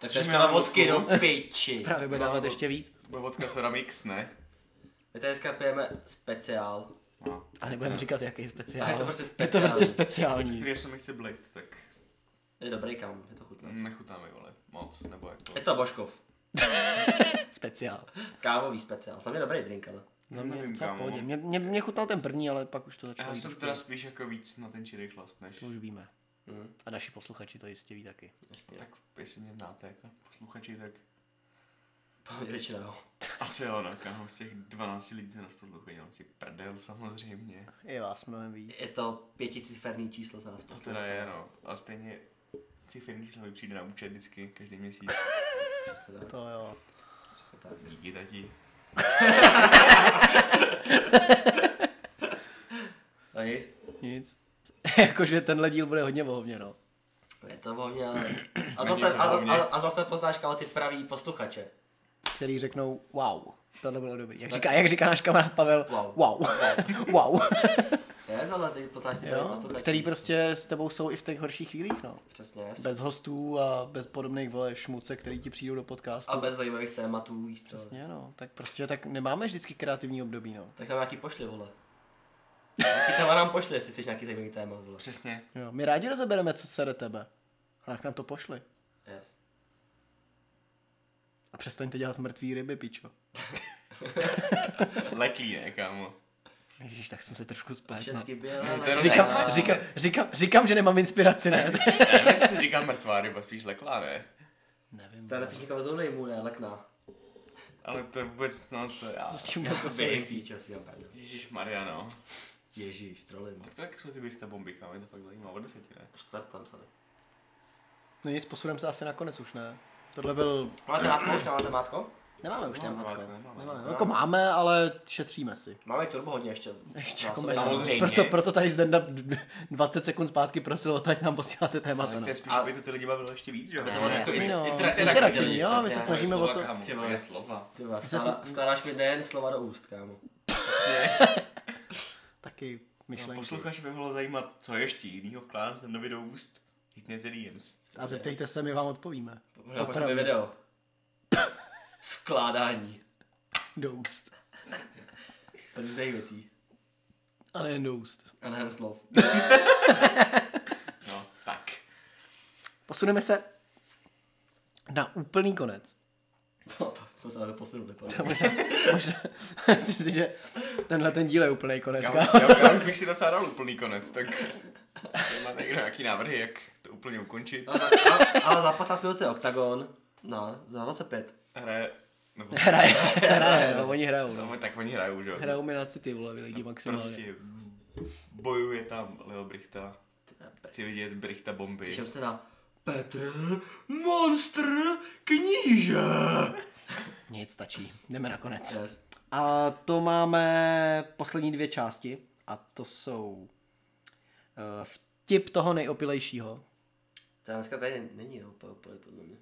[SPEAKER 2] Tak to je škoda vodky do piči.
[SPEAKER 1] Právě bude
[SPEAKER 3] No,
[SPEAKER 1] dávat
[SPEAKER 3] bo-
[SPEAKER 1] ještě víc.
[SPEAKER 3] Bude vodka Soramix, ne?
[SPEAKER 2] My tady dneska pijeme speciál.
[SPEAKER 3] No.
[SPEAKER 1] A nebudem říkat, jaký speciál.
[SPEAKER 2] A je to prostě
[SPEAKER 1] Je to prostě
[SPEAKER 2] speciální.
[SPEAKER 1] speciální.
[SPEAKER 3] Když jsem mi chci blit, tak
[SPEAKER 2] Je dobrý kam, je to chutné.
[SPEAKER 3] nechutá mi, vole, moc, nebo jako...
[SPEAKER 2] Je to Božkov.
[SPEAKER 1] Speciál.
[SPEAKER 2] Kávový speciál. Za mě dobrý drink, ale.
[SPEAKER 1] No, mě,
[SPEAKER 3] nevím,
[SPEAKER 1] docela v
[SPEAKER 3] kámo.
[SPEAKER 1] pohodě. Mě, mě, mě, chutnal ten první, ale pak už to začalo.
[SPEAKER 3] Já
[SPEAKER 1] jít
[SPEAKER 3] jsem
[SPEAKER 1] trošku
[SPEAKER 3] teda
[SPEAKER 1] dál.
[SPEAKER 3] spíš jako víc na ten čirý chlast, než...
[SPEAKER 1] To už víme.
[SPEAKER 2] Hm.
[SPEAKER 1] A naši posluchači to jistě ví taky.
[SPEAKER 2] Jasně.
[SPEAKER 3] Tak jestli mě znáte jako posluchači, tak
[SPEAKER 2] Pane, většinou.
[SPEAKER 3] Asi jo, no, kámo, z těch 12 lidí, co nás poslouchají, nám si prdel samozřejmě.
[SPEAKER 1] Je vás mnohem víc.
[SPEAKER 2] Je to pěticiferný číslo z nás
[SPEAKER 3] To
[SPEAKER 2] poslouchá.
[SPEAKER 3] teda je, no. A stejně si firmní číslo mi přijde na účet vždycky, každý měsíc.
[SPEAKER 2] Přesně tak,
[SPEAKER 1] To jo.
[SPEAKER 2] přesně tak.
[SPEAKER 3] Díky tati.
[SPEAKER 2] A nic.
[SPEAKER 1] Nic. Jakože tenhle díl bude hodně vohovně, no.
[SPEAKER 2] Je to hlavně, ale... A
[SPEAKER 3] Není
[SPEAKER 2] zase,
[SPEAKER 3] to
[SPEAKER 2] a,
[SPEAKER 3] hlavně.
[SPEAKER 2] a, a zase poznáš, kámo, ty pravý posluchače.
[SPEAKER 1] Který řeknou wow. Tohle bylo dobrý. Jak říká, jak říká náš kamarád Pavel,
[SPEAKER 2] Wow.
[SPEAKER 1] wow. Wow. wow.
[SPEAKER 2] Ne, ale ty poznáš ty pravý
[SPEAKER 1] jo?
[SPEAKER 2] posluchače.
[SPEAKER 1] Který prostě s tebou jsou i v těch horších chvílích, no.
[SPEAKER 2] Přesně.
[SPEAKER 1] Bez hostů a bez podobných vole šmuce, který ti přijdou do podcastu.
[SPEAKER 2] A bez zajímavých tématů, víš co.
[SPEAKER 1] Přesně, no. Tak prostě tak nemáme vždycky kreativní období, no.
[SPEAKER 2] Tak nám nějaký pošli, vole. Nějaký téma nám pošli, jestli chceš nějaký zajímavý téma, vole.
[SPEAKER 3] Přesně.
[SPEAKER 1] Jo. My rádi rozebereme, co se do tebe. A jak nám to pošli.
[SPEAKER 2] Yes.
[SPEAKER 1] A přestaňte dělat mrtvý ryby, pičo.
[SPEAKER 3] Leký, ne, kámo.
[SPEAKER 1] Ježíš, tak jsem se trošku spletl. No.
[SPEAKER 2] Všetky bělé.
[SPEAKER 3] to je
[SPEAKER 1] Říkám, říkám, říkám, říkám, že nemám inspiraci, ne?
[SPEAKER 3] Já nevím, jestli se říká mrtvá ryba, spíš leklá, ne?
[SPEAKER 1] Nevím.
[SPEAKER 2] Ta nepíčníka to nejmu, ne, lekná.
[SPEAKER 3] Ale to je vůbec, no to já.
[SPEAKER 1] Co s tím dá souvisí?
[SPEAKER 2] Ježíš, asi tam prdel.
[SPEAKER 3] Ježíš Mariano.
[SPEAKER 2] Ježíš, trolím.
[SPEAKER 3] Tak to jak jsou ty bych ta bomby, kámo, je to fakt zajímá od deseti, ne?
[SPEAKER 2] Čtvrt tam sali.
[SPEAKER 1] No nic, posuneme se asi nakonec už, ne? Tohle byl...
[SPEAKER 2] Máte mátko, už nemáte mátko?
[SPEAKER 1] Nemáme už
[SPEAKER 3] Nemáme,
[SPEAKER 1] tématko.
[SPEAKER 3] nemáme.
[SPEAKER 1] Nemáme. Jako máme, ale šetříme si.
[SPEAKER 2] Máme turbo hodně ještě.
[SPEAKER 1] Ještě
[SPEAKER 2] No,
[SPEAKER 1] jako
[SPEAKER 2] to
[SPEAKER 1] méně.
[SPEAKER 3] samozřejmě.
[SPEAKER 1] Proto, proto tady stand up 20 sekund zpátky prosil o to, ať nám posíláte témata.
[SPEAKER 3] Tak
[SPEAKER 1] No.
[SPEAKER 3] to je spíš,
[SPEAKER 2] A-
[SPEAKER 3] aby to ty lidi bavilo ještě víc, že jo?
[SPEAKER 2] Ne,
[SPEAKER 3] To bylo
[SPEAKER 2] ne,
[SPEAKER 3] jako
[SPEAKER 2] jasně,
[SPEAKER 3] i-
[SPEAKER 2] no.
[SPEAKER 3] i-
[SPEAKER 1] interaktivní, jo, my
[SPEAKER 2] přesně,
[SPEAKER 1] se
[SPEAKER 2] moje
[SPEAKER 1] snažíme o
[SPEAKER 3] slova,
[SPEAKER 1] to...
[SPEAKER 3] kámo,
[SPEAKER 2] Ty vole.
[SPEAKER 3] moje slova.
[SPEAKER 2] Ty vole,
[SPEAKER 1] se
[SPEAKER 2] vkládá- vkládáš mi nejen slova do úst, kámo.
[SPEAKER 1] Taky
[SPEAKER 3] No,
[SPEAKER 1] myšlenky.
[SPEAKER 3] posluchač by mohlo zajímat, co ještě jinýho vkládám ten nový do úst. Hitně tedy Jens.
[SPEAKER 1] A zeptejte se, my vám odpovíme.
[SPEAKER 2] Možná pojďme video. Vkládání.
[SPEAKER 1] Do úst.
[SPEAKER 2] Různých věcí.
[SPEAKER 1] A nejen do úst.
[SPEAKER 2] A nejen slov.
[SPEAKER 3] No, tak.
[SPEAKER 1] Posuneme se na úplný konec.
[SPEAKER 2] No, to jsme se ale posunuli. pane.
[SPEAKER 1] Možná, myslím si, že tenhle ten díl je úplný konec.
[SPEAKER 3] Já,
[SPEAKER 1] kámo.
[SPEAKER 3] já, já už bych si docela dal úplný konec, tak má někdo nějaký návrhy, jak to úplně ukončit.
[SPEAKER 2] Ale za- ale- Ale za 15 minut je OKTAGON. No, za 25.
[SPEAKER 3] Hraje, nebo
[SPEAKER 1] Hraje, hraje, no, oni hrajou, no.
[SPEAKER 3] no, tak oni hrajou, že jo.
[SPEAKER 1] Hrajou mi na city, vole, vy lidi maximálně.
[SPEAKER 3] Prostě bojuje tam Leo Brichta. Chci vidět Brichta bomby.
[SPEAKER 2] Těším se na Petr Monstr kníže.
[SPEAKER 1] Nic, stačí. Jdeme na konec.
[SPEAKER 2] Yes.
[SPEAKER 1] No. A to máme poslední dvě části. A to jsou eh, vtip toho nejopilejšího.
[SPEAKER 2] To dneska tady není no, úplně, úplně podle mě.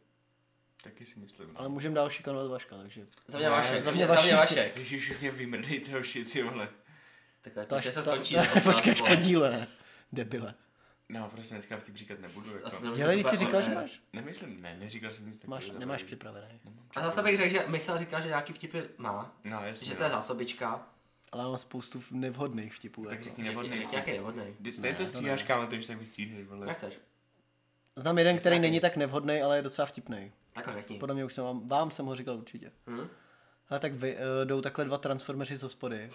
[SPEAKER 3] Taky si myslím.
[SPEAKER 1] Ale můžeme dál šikanovat Vaška, takže...
[SPEAKER 2] Za mě Vašek,
[SPEAKER 1] za
[SPEAKER 2] za
[SPEAKER 1] mě
[SPEAKER 2] mě, za mě
[SPEAKER 1] Vašek.
[SPEAKER 2] Vašek.
[SPEAKER 3] Ježiš, mě vymrdejte hoši, ty vole.
[SPEAKER 2] Tak jako,
[SPEAKER 1] To
[SPEAKER 2] že
[SPEAKER 1] až,
[SPEAKER 2] se
[SPEAKER 1] to,
[SPEAKER 2] skončí.
[SPEAKER 1] to,
[SPEAKER 2] nebo to
[SPEAKER 1] počkej, až
[SPEAKER 2] bylo.
[SPEAKER 1] po díle, ne? Debile.
[SPEAKER 3] No, prostě dneska vtip říkat nebudu. Jako.
[SPEAKER 2] Asi nemůžu
[SPEAKER 1] Dělej, když
[SPEAKER 2] úplně
[SPEAKER 1] jsi říkal,
[SPEAKER 2] on
[SPEAKER 1] že
[SPEAKER 2] air.
[SPEAKER 1] máš.
[SPEAKER 3] Nemyslím, ne, neříkal jsem nic takového.
[SPEAKER 1] Máš, nemáš připravené.
[SPEAKER 2] A zase bych řekl, že Michal říkal, že nějaký vtipy má.
[SPEAKER 3] No, jasně.
[SPEAKER 2] Že to je zásobička.
[SPEAKER 1] Ale mám spoustu nevhodných vtipů.
[SPEAKER 3] Tak
[SPEAKER 1] Jako.
[SPEAKER 3] řekni
[SPEAKER 2] Řekni
[SPEAKER 3] nevhodný.
[SPEAKER 2] řekni nějaký nevhodný.
[SPEAKER 3] Vždyť stejně to stříháš, kámo, to když tak vystříhneš, vole.
[SPEAKER 2] Jak chceš?
[SPEAKER 1] Znám jeden, který není tak nevhodný, ale je docela vtipný.
[SPEAKER 2] Tak ho řekni.
[SPEAKER 1] Podle mě už jsem vám, vám jsem ho říkal určitě.
[SPEAKER 2] Hm?
[SPEAKER 1] Ale tak vy, uh, jdou takhle dva transformeři z hospody.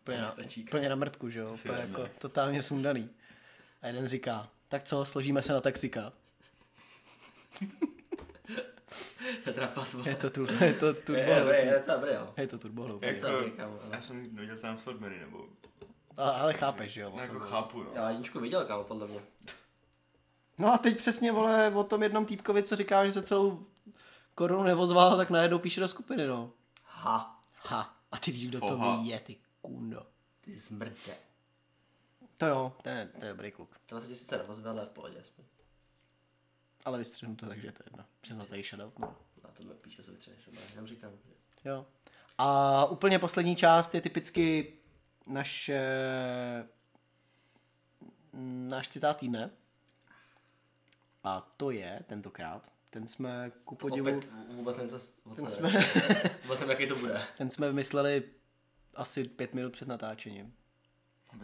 [SPEAKER 1] Úplně na,
[SPEAKER 2] nestačí.
[SPEAKER 1] úplně na mrtku, že jo? Úplně
[SPEAKER 3] jdeme.
[SPEAKER 1] jako totálně sundaný. A jeden říká, tak co, složíme se na taxika.
[SPEAKER 2] Petra Pasmo.
[SPEAKER 1] Je to, tu, je to turbo.
[SPEAKER 2] Je dobrý, je docela dobrý, jo.
[SPEAKER 1] je to turbo hloupý.
[SPEAKER 3] Jako,
[SPEAKER 2] docela dobrý, kámo, ale-
[SPEAKER 3] já jsem viděl Transformery, nebo
[SPEAKER 1] A, ale chápeš, že jo? o
[SPEAKER 3] no,
[SPEAKER 1] co
[SPEAKER 3] jako
[SPEAKER 1] jde.
[SPEAKER 3] chápu, no.
[SPEAKER 2] Já jedničku viděl, kámo, podle mě.
[SPEAKER 1] No a teď přesně, vole, o tom jednom týpkovi, co říká, že se celou korunu nevozval, tak najednou píše do skupiny, no.
[SPEAKER 2] Ha,
[SPEAKER 1] Ha. A ty víš, kdo
[SPEAKER 3] Foha.
[SPEAKER 1] to je, ty kundo.
[SPEAKER 2] ty zmrde.
[SPEAKER 1] To jo, to je, to je dobrý kluk.
[SPEAKER 2] To se ti sice nervozve, ale v pohodě aspoň.
[SPEAKER 1] Ale vystřihnu to, takže je to jedno. Že jsem to tady shoutout, no.
[SPEAKER 2] Na to mi píše, co vytřeneš, já jenom říkám. že-
[SPEAKER 1] Jo. A úplně poslední část je typicky naše... Náš citát týdne. A to je tentokrát. Ten jsme ku podivu...
[SPEAKER 2] Opět vůbec nevím, co o co
[SPEAKER 1] Ten
[SPEAKER 2] jde.
[SPEAKER 1] jsme,
[SPEAKER 2] Vůbec nevím, jaký to bude.
[SPEAKER 1] ten jsme vymysleli asi pět minut před natáčením.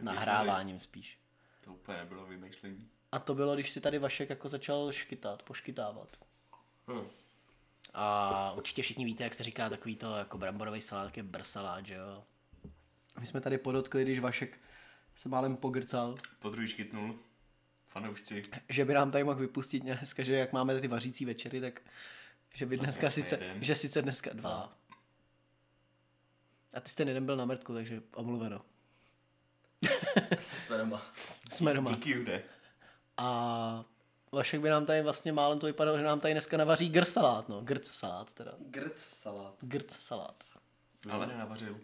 [SPEAKER 1] Nahráváním spíš.
[SPEAKER 3] To úplně nebylo vymýšlení.
[SPEAKER 1] A to bylo, když si tady Vašek jako začal škytat, poškytávat.
[SPEAKER 2] Hm.
[SPEAKER 1] A určitě všichni víte, jak se říká takový to jako bramborový salát, jak je brsalát, že jo. My jsme tady podotkli, když Vašek se málem pogrcal,
[SPEAKER 3] Po druhý škytnul. Fanoušci.
[SPEAKER 1] že by nám tady mohl vypustit dneska, že jak máme ty vařící večery, tak Že by dneska
[SPEAKER 3] No, Tak jsme
[SPEAKER 1] sice,
[SPEAKER 3] jeden. No.
[SPEAKER 1] že sice dneska dva. A ty jsi ten jeden byl na mrtku, takže omluveno.
[SPEAKER 2] Jsme doma.
[SPEAKER 1] Jsme doma.
[SPEAKER 3] Díky, Jude.
[SPEAKER 1] A Vašek by nám tady vlastně málem to vypadalo, že nám tady dneska navaří gr salát, no. Grc salát teda.
[SPEAKER 2] Grc salát.
[SPEAKER 1] Grc salát.
[SPEAKER 3] Ale nenavařil.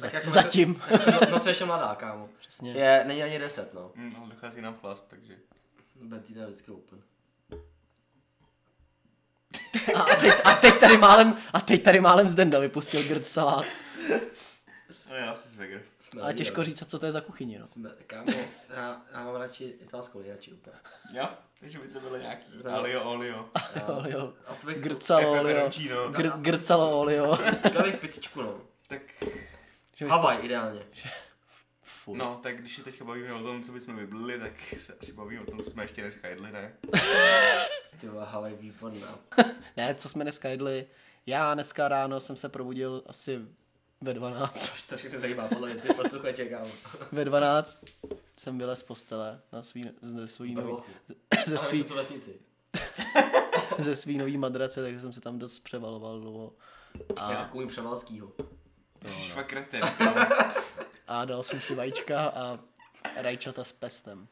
[SPEAKER 2] Tak
[SPEAKER 3] Jako
[SPEAKER 2] jako-
[SPEAKER 1] zatím.
[SPEAKER 2] Tak, no, no, co ještě mladá, kámo.
[SPEAKER 1] Přesně.
[SPEAKER 2] Je, není ani 10, no.
[SPEAKER 3] Hm, ale dochází nám chlast, takže...
[SPEAKER 2] Benzína je vždycky open.
[SPEAKER 1] A, a, teď, a teď tady málem, a teď tady málem z Denda vypustil grc salát.
[SPEAKER 3] Ale já si svegr.
[SPEAKER 2] Jsme
[SPEAKER 1] Ale
[SPEAKER 2] lidi,
[SPEAKER 1] těžko
[SPEAKER 2] no.
[SPEAKER 1] říct, co to je za kuchyni, no.
[SPEAKER 2] Jsme, kámo, já, já mám radši italskou nejradši úplně.
[SPEAKER 3] Jo? Takže by to bylo nějaký
[SPEAKER 2] Za-
[SPEAKER 3] alio olio.
[SPEAKER 1] Olio.
[SPEAKER 2] Asi bych
[SPEAKER 1] Grcalo
[SPEAKER 3] Jako
[SPEAKER 1] olio.
[SPEAKER 2] no.
[SPEAKER 3] Tarantino.
[SPEAKER 1] Gr, grcalo olio.
[SPEAKER 2] Dal bych picičku, no.
[SPEAKER 3] Tak
[SPEAKER 1] Že bys-
[SPEAKER 2] Havaj ideálně.
[SPEAKER 1] Fuj.
[SPEAKER 3] no, tak když se teďka bavíme o tom, co bychom vyblili, tak se asi bavíme o tom, co jsme ještě dneska jedli, ne?
[SPEAKER 2] Ty vole, Havaj výborná.
[SPEAKER 1] Ne, co jsme dneska jedli. Já dneska ráno jsem se probudil asi ve 12.
[SPEAKER 2] Což to všechno zajímá, podle mě ty posluchače, kámo.
[SPEAKER 1] Ve 12 jsem vylez z postele na svý, ze svý
[SPEAKER 2] Super
[SPEAKER 1] nový,
[SPEAKER 2] lochu.
[SPEAKER 1] ze
[SPEAKER 2] Ale
[SPEAKER 1] svý,
[SPEAKER 2] jsou to vesnici.
[SPEAKER 1] ze svý nový madrace, takže jsem se tam dost převaloval dlouho.
[SPEAKER 2] A takový Jako převalskýho.
[SPEAKER 3] Ty jsi fakt kreten, kámo.
[SPEAKER 1] A dal jsem si vajíčka a rajčata s pestem.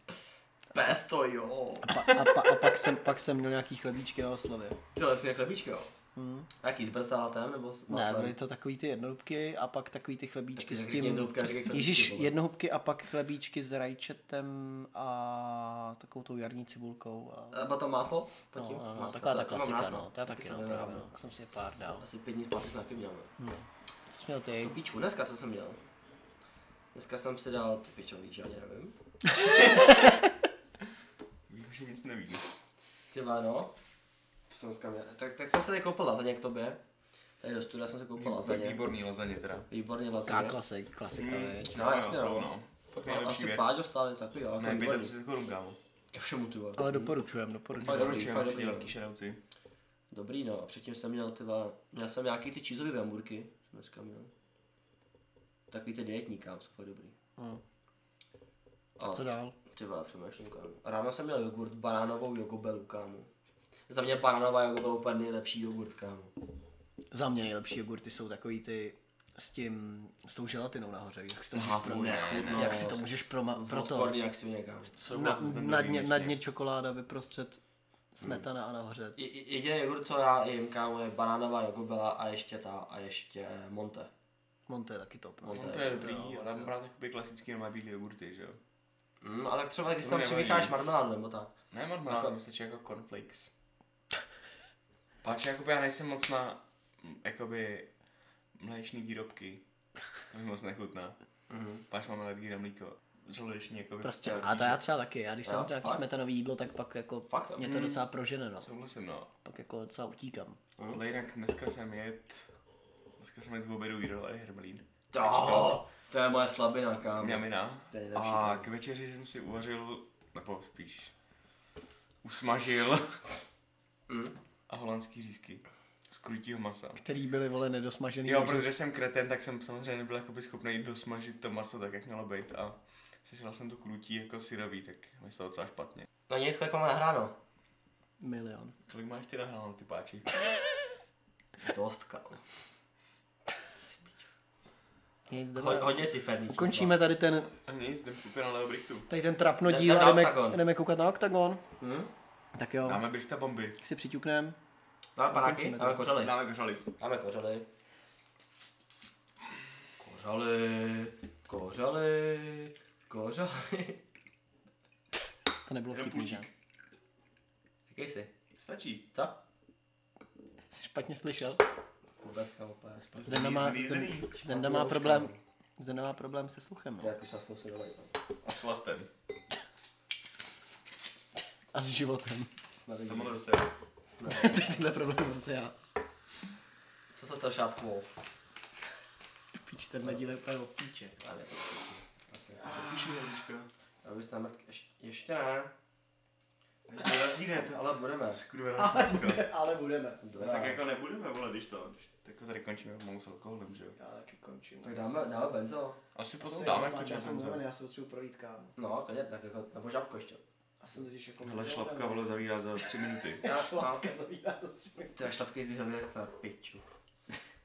[SPEAKER 2] Pes to jo.
[SPEAKER 1] Pa, a, pa, a pak, jsem, pak jsem měl nějaký chlebíčky na oslavě.
[SPEAKER 2] Ty lesní je chlebíčko, jo. Hmm. Jaký s brsátem nebo s
[SPEAKER 1] Ne, byly to takový ty jednohubky a pak takový ty chlebíčky
[SPEAKER 2] Taky
[SPEAKER 1] s tím...
[SPEAKER 2] jednohubky a říkají chlebíčky,
[SPEAKER 1] Ježíš,
[SPEAKER 2] vole.
[SPEAKER 1] jednohubky a pak chlebíčky s rajčetem a takovou tou jarní cibulkou. A...
[SPEAKER 2] A potom máslo?
[SPEAKER 1] No,
[SPEAKER 2] Potom
[SPEAKER 1] no, no,
[SPEAKER 2] máslo.
[SPEAKER 1] taková
[SPEAKER 2] To-
[SPEAKER 1] ta
[SPEAKER 2] to mám rád,
[SPEAKER 1] klasika,
[SPEAKER 2] no.
[SPEAKER 1] no. To já taky,
[SPEAKER 2] jsem
[SPEAKER 1] no,
[SPEAKER 2] nedal,
[SPEAKER 1] právě,
[SPEAKER 2] no.
[SPEAKER 1] no. Hmm. Tak jsem si je pár dal.
[SPEAKER 2] Asi pět dní zpátky jsem taky měl, no.
[SPEAKER 1] Co jsi měl ty?
[SPEAKER 2] To píčku, dneska co jsem měl? Dneska jsem si dal ty pičový, že ani nevím.
[SPEAKER 3] Vím, že nic neví.
[SPEAKER 2] Ty vole, no. Co jsem dneska měl? Tak, tak jsem se tady koupil lazaně k tobě. Tady do studia jsem se koupil
[SPEAKER 3] Tak
[SPEAKER 2] lazaně.
[SPEAKER 3] výborný lazaně teda.
[SPEAKER 2] Výborně
[SPEAKER 1] Taká
[SPEAKER 2] lazaně.
[SPEAKER 1] klasik, klasika,
[SPEAKER 3] Mm,
[SPEAKER 1] viď.
[SPEAKER 2] No,
[SPEAKER 3] jo,
[SPEAKER 2] jasně,
[SPEAKER 3] jo, jsou,
[SPEAKER 2] no.
[SPEAKER 3] no. Fakt
[SPEAKER 2] A
[SPEAKER 3] nejlepší
[SPEAKER 2] ještě
[SPEAKER 3] věc.
[SPEAKER 2] Páďo stál něco takového, jako
[SPEAKER 3] Ne,
[SPEAKER 2] výborný.
[SPEAKER 3] 35 korun, kámo.
[SPEAKER 2] Ke všemu, ty vole.
[SPEAKER 1] Ale doporučujem, doporučujem.
[SPEAKER 2] Dobrý,
[SPEAKER 3] Doporučuji
[SPEAKER 2] fakt
[SPEAKER 3] naši
[SPEAKER 2] dobrý.
[SPEAKER 3] velký šadavci.
[SPEAKER 2] Dobrý, no. A předtím jsem měl, ty vole, měl jsem nějaký ty čízové bramburky. Jsem dneska měl. Takový ty dietní, kámo, jsou fakt dobrý. A
[SPEAKER 1] No, Co dál?
[SPEAKER 2] Ty vole, přemýšlím, kámo. Ráno jsem měl jogurt, banánovou jogobelu, kámo. Za mě banánová jogobela úplně nejlepší jogurt, kámo.
[SPEAKER 1] Za mě nejlepší jogurty jsou takový ty s tím, s tou želatinou nahoře. Jak si to můžeš,
[SPEAKER 2] Aha,
[SPEAKER 1] pro,
[SPEAKER 2] fuj, ne, ne,
[SPEAKER 1] jak
[SPEAKER 2] no,
[SPEAKER 1] si to můžeš proma, proto
[SPEAKER 2] Odporný, jak si mě, kámo.
[SPEAKER 1] na, na, dně,
[SPEAKER 3] výjimečně.
[SPEAKER 1] na dně čokoláda vyprostřed smetana a nahoře.
[SPEAKER 2] Je- je- Jediný jogurt, co já jím, kámo, je banánová jogobela a ještě ta, a ještě Monte.
[SPEAKER 1] Monte je taky top. No.
[SPEAKER 3] No to je dobrý, ale mám rád jakoby klasický normální bílý jogurty, že jo?
[SPEAKER 2] Mm, a tak třeba, když
[SPEAKER 3] To
[SPEAKER 2] tam
[SPEAKER 3] nevadí.
[SPEAKER 2] přimícháš marmeládu nebo tak.
[SPEAKER 3] Ne, mám
[SPEAKER 2] Jako-
[SPEAKER 3] rád, mi stačí jako cornflakes. Páči, jakoby já nejsem moc na, mm, jakoby, mléčný výrobky. To mi moc nechutná. Páč mám alergii na mlíko. Žaludeční, jakoby.
[SPEAKER 1] Prostě,
[SPEAKER 3] tak,
[SPEAKER 1] a to já třeba taky, já když jsem
[SPEAKER 2] Jo,
[SPEAKER 1] nějaký
[SPEAKER 2] fakt?
[SPEAKER 1] smetanový jídlo, tak pak jako
[SPEAKER 2] Fakt?
[SPEAKER 1] mě to docela prožene, no.
[SPEAKER 3] Souhlasím, no.
[SPEAKER 1] Pak jako docela utíkám.
[SPEAKER 3] Ale jinak dneska jsem jet, dneska jsem jet v obědu jídlo a hermelín.
[SPEAKER 2] To, to je moje slabina, kámo.
[SPEAKER 3] Mňamina.
[SPEAKER 2] To je nejlepší,
[SPEAKER 3] A
[SPEAKER 2] to.
[SPEAKER 3] k večeři jsem si uvařil, nebo spíš, usmažil
[SPEAKER 2] Mm.
[SPEAKER 3] a holandský řízky z krutího masa.
[SPEAKER 1] Který byly, vole, nedosmažený.
[SPEAKER 3] Jo,
[SPEAKER 1] takže-
[SPEAKER 3] protože jsem kreten, tak jsem samozřejmě nebyl jakoby schopný dosmažit to maso tak, jak mělo být a sešel jsem to krutí jako syrový, tak mi se docela špatně.
[SPEAKER 2] Na nic, kolik máme nahráno?
[SPEAKER 1] Milion.
[SPEAKER 3] Kolik máš ty nahrál, ty páči?
[SPEAKER 2] Dost, kámo.
[SPEAKER 1] Nic,
[SPEAKER 2] Ho,
[SPEAKER 1] jdeme.
[SPEAKER 2] hodně si ferný. číslo.
[SPEAKER 1] Ukončíme tady ten,
[SPEAKER 3] A nic, jdem koupit na Leobrichtu.
[SPEAKER 1] tady ten trapno
[SPEAKER 2] Jdeme
[SPEAKER 1] díl
[SPEAKER 2] na
[SPEAKER 1] a jdeme,
[SPEAKER 2] Octagon.
[SPEAKER 1] jdeme koukat na OKTAGON.
[SPEAKER 2] Hm?
[SPEAKER 1] Tak jo,
[SPEAKER 3] Dáme brichta bomby.
[SPEAKER 1] si přiťuknem.
[SPEAKER 2] Dáme panáky?
[SPEAKER 1] Ukončíme to.
[SPEAKER 2] Dáme kořely?
[SPEAKER 3] Dáme kořali.
[SPEAKER 2] Dáme kořely. Kořely, kořely, kořely.
[SPEAKER 1] To nebylo
[SPEAKER 3] Jenom
[SPEAKER 1] vtipný, že?
[SPEAKER 3] půlčík.
[SPEAKER 2] Říkej si,
[SPEAKER 3] Stačí.
[SPEAKER 2] co?
[SPEAKER 1] Jsi špatně slyšel?
[SPEAKER 2] Vůbec, kámo, úplně špatně.
[SPEAKER 1] Zdenda má,
[SPEAKER 3] Zlý, zlý, zlý.
[SPEAKER 1] Zdenda má problém, Zdenda má problém se sluchem, no.
[SPEAKER 2] Jak už jako jsem se dolej.
[SPEAKER 3] A s chlastem.
[SPEAKER 1] A s životem.
[SPEAKER 2] Jsme
[SPEAKER 3] To
[SPEAKER 2] lidi.
[SPEAKER 3] mám zase.
[SPEAKER 1] Tenhle problém zase já.
[SPEAKER 2] Co se to šátkovou?
[SPEAKER 1] Píč, tenhle díl je úplně od píče.
[SPEAKER 3] Co píše Janíčka?
[SPEAKER 2] Já bych tam mrtk, ještě, ještě ne.
[SPEAKER 3] To razíne, to
[SPEAKER 2] Ale budeme.
[SPEAKER 3] skurvená Janíčka.
[SPEAKER 1] Ale budeme.
[SPEAKER 2] Dobrá.
[SPEAKER 3] Tak jako nebudeme, vole, když to. když- Tak to tady končíme pomalu s alkoholem, že jo?
[SPEAKER 1] Já taky končím.
[SPEAKER 2] Tak dáme, dáme benzo.
[SPEAKER 1] No,
[SPEAKER 3] Asi potom dáme, jak to bude.
[SPEAKER 1] já se potřebuji projít kámo.
[SPEAKER 2] No, klidně, tak jako, nebo žabku ještě. Já jsem totiž jako...
[SPEAKER 3] Hele, šlapka vole zavírá za tři minuty.
[SPEAKER 2] Já šlapka zavírá za tři minuty. Ty šlapka jsi zavírá na piču.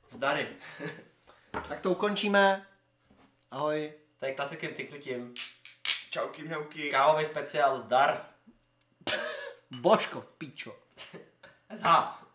[SPEAKER 2] Zdary.
[SPEAKER 1] Tak to ukončíme. Ahoj.
[SPEAKER 2] To je klasickým tyknutím.
[SPEAKER 3] Čauky mňauky.
[SPEAKER 2] Kávový speciál zdar.
[SPEAKER 1] Božko, pičo.
[SPEAKER 2] SH.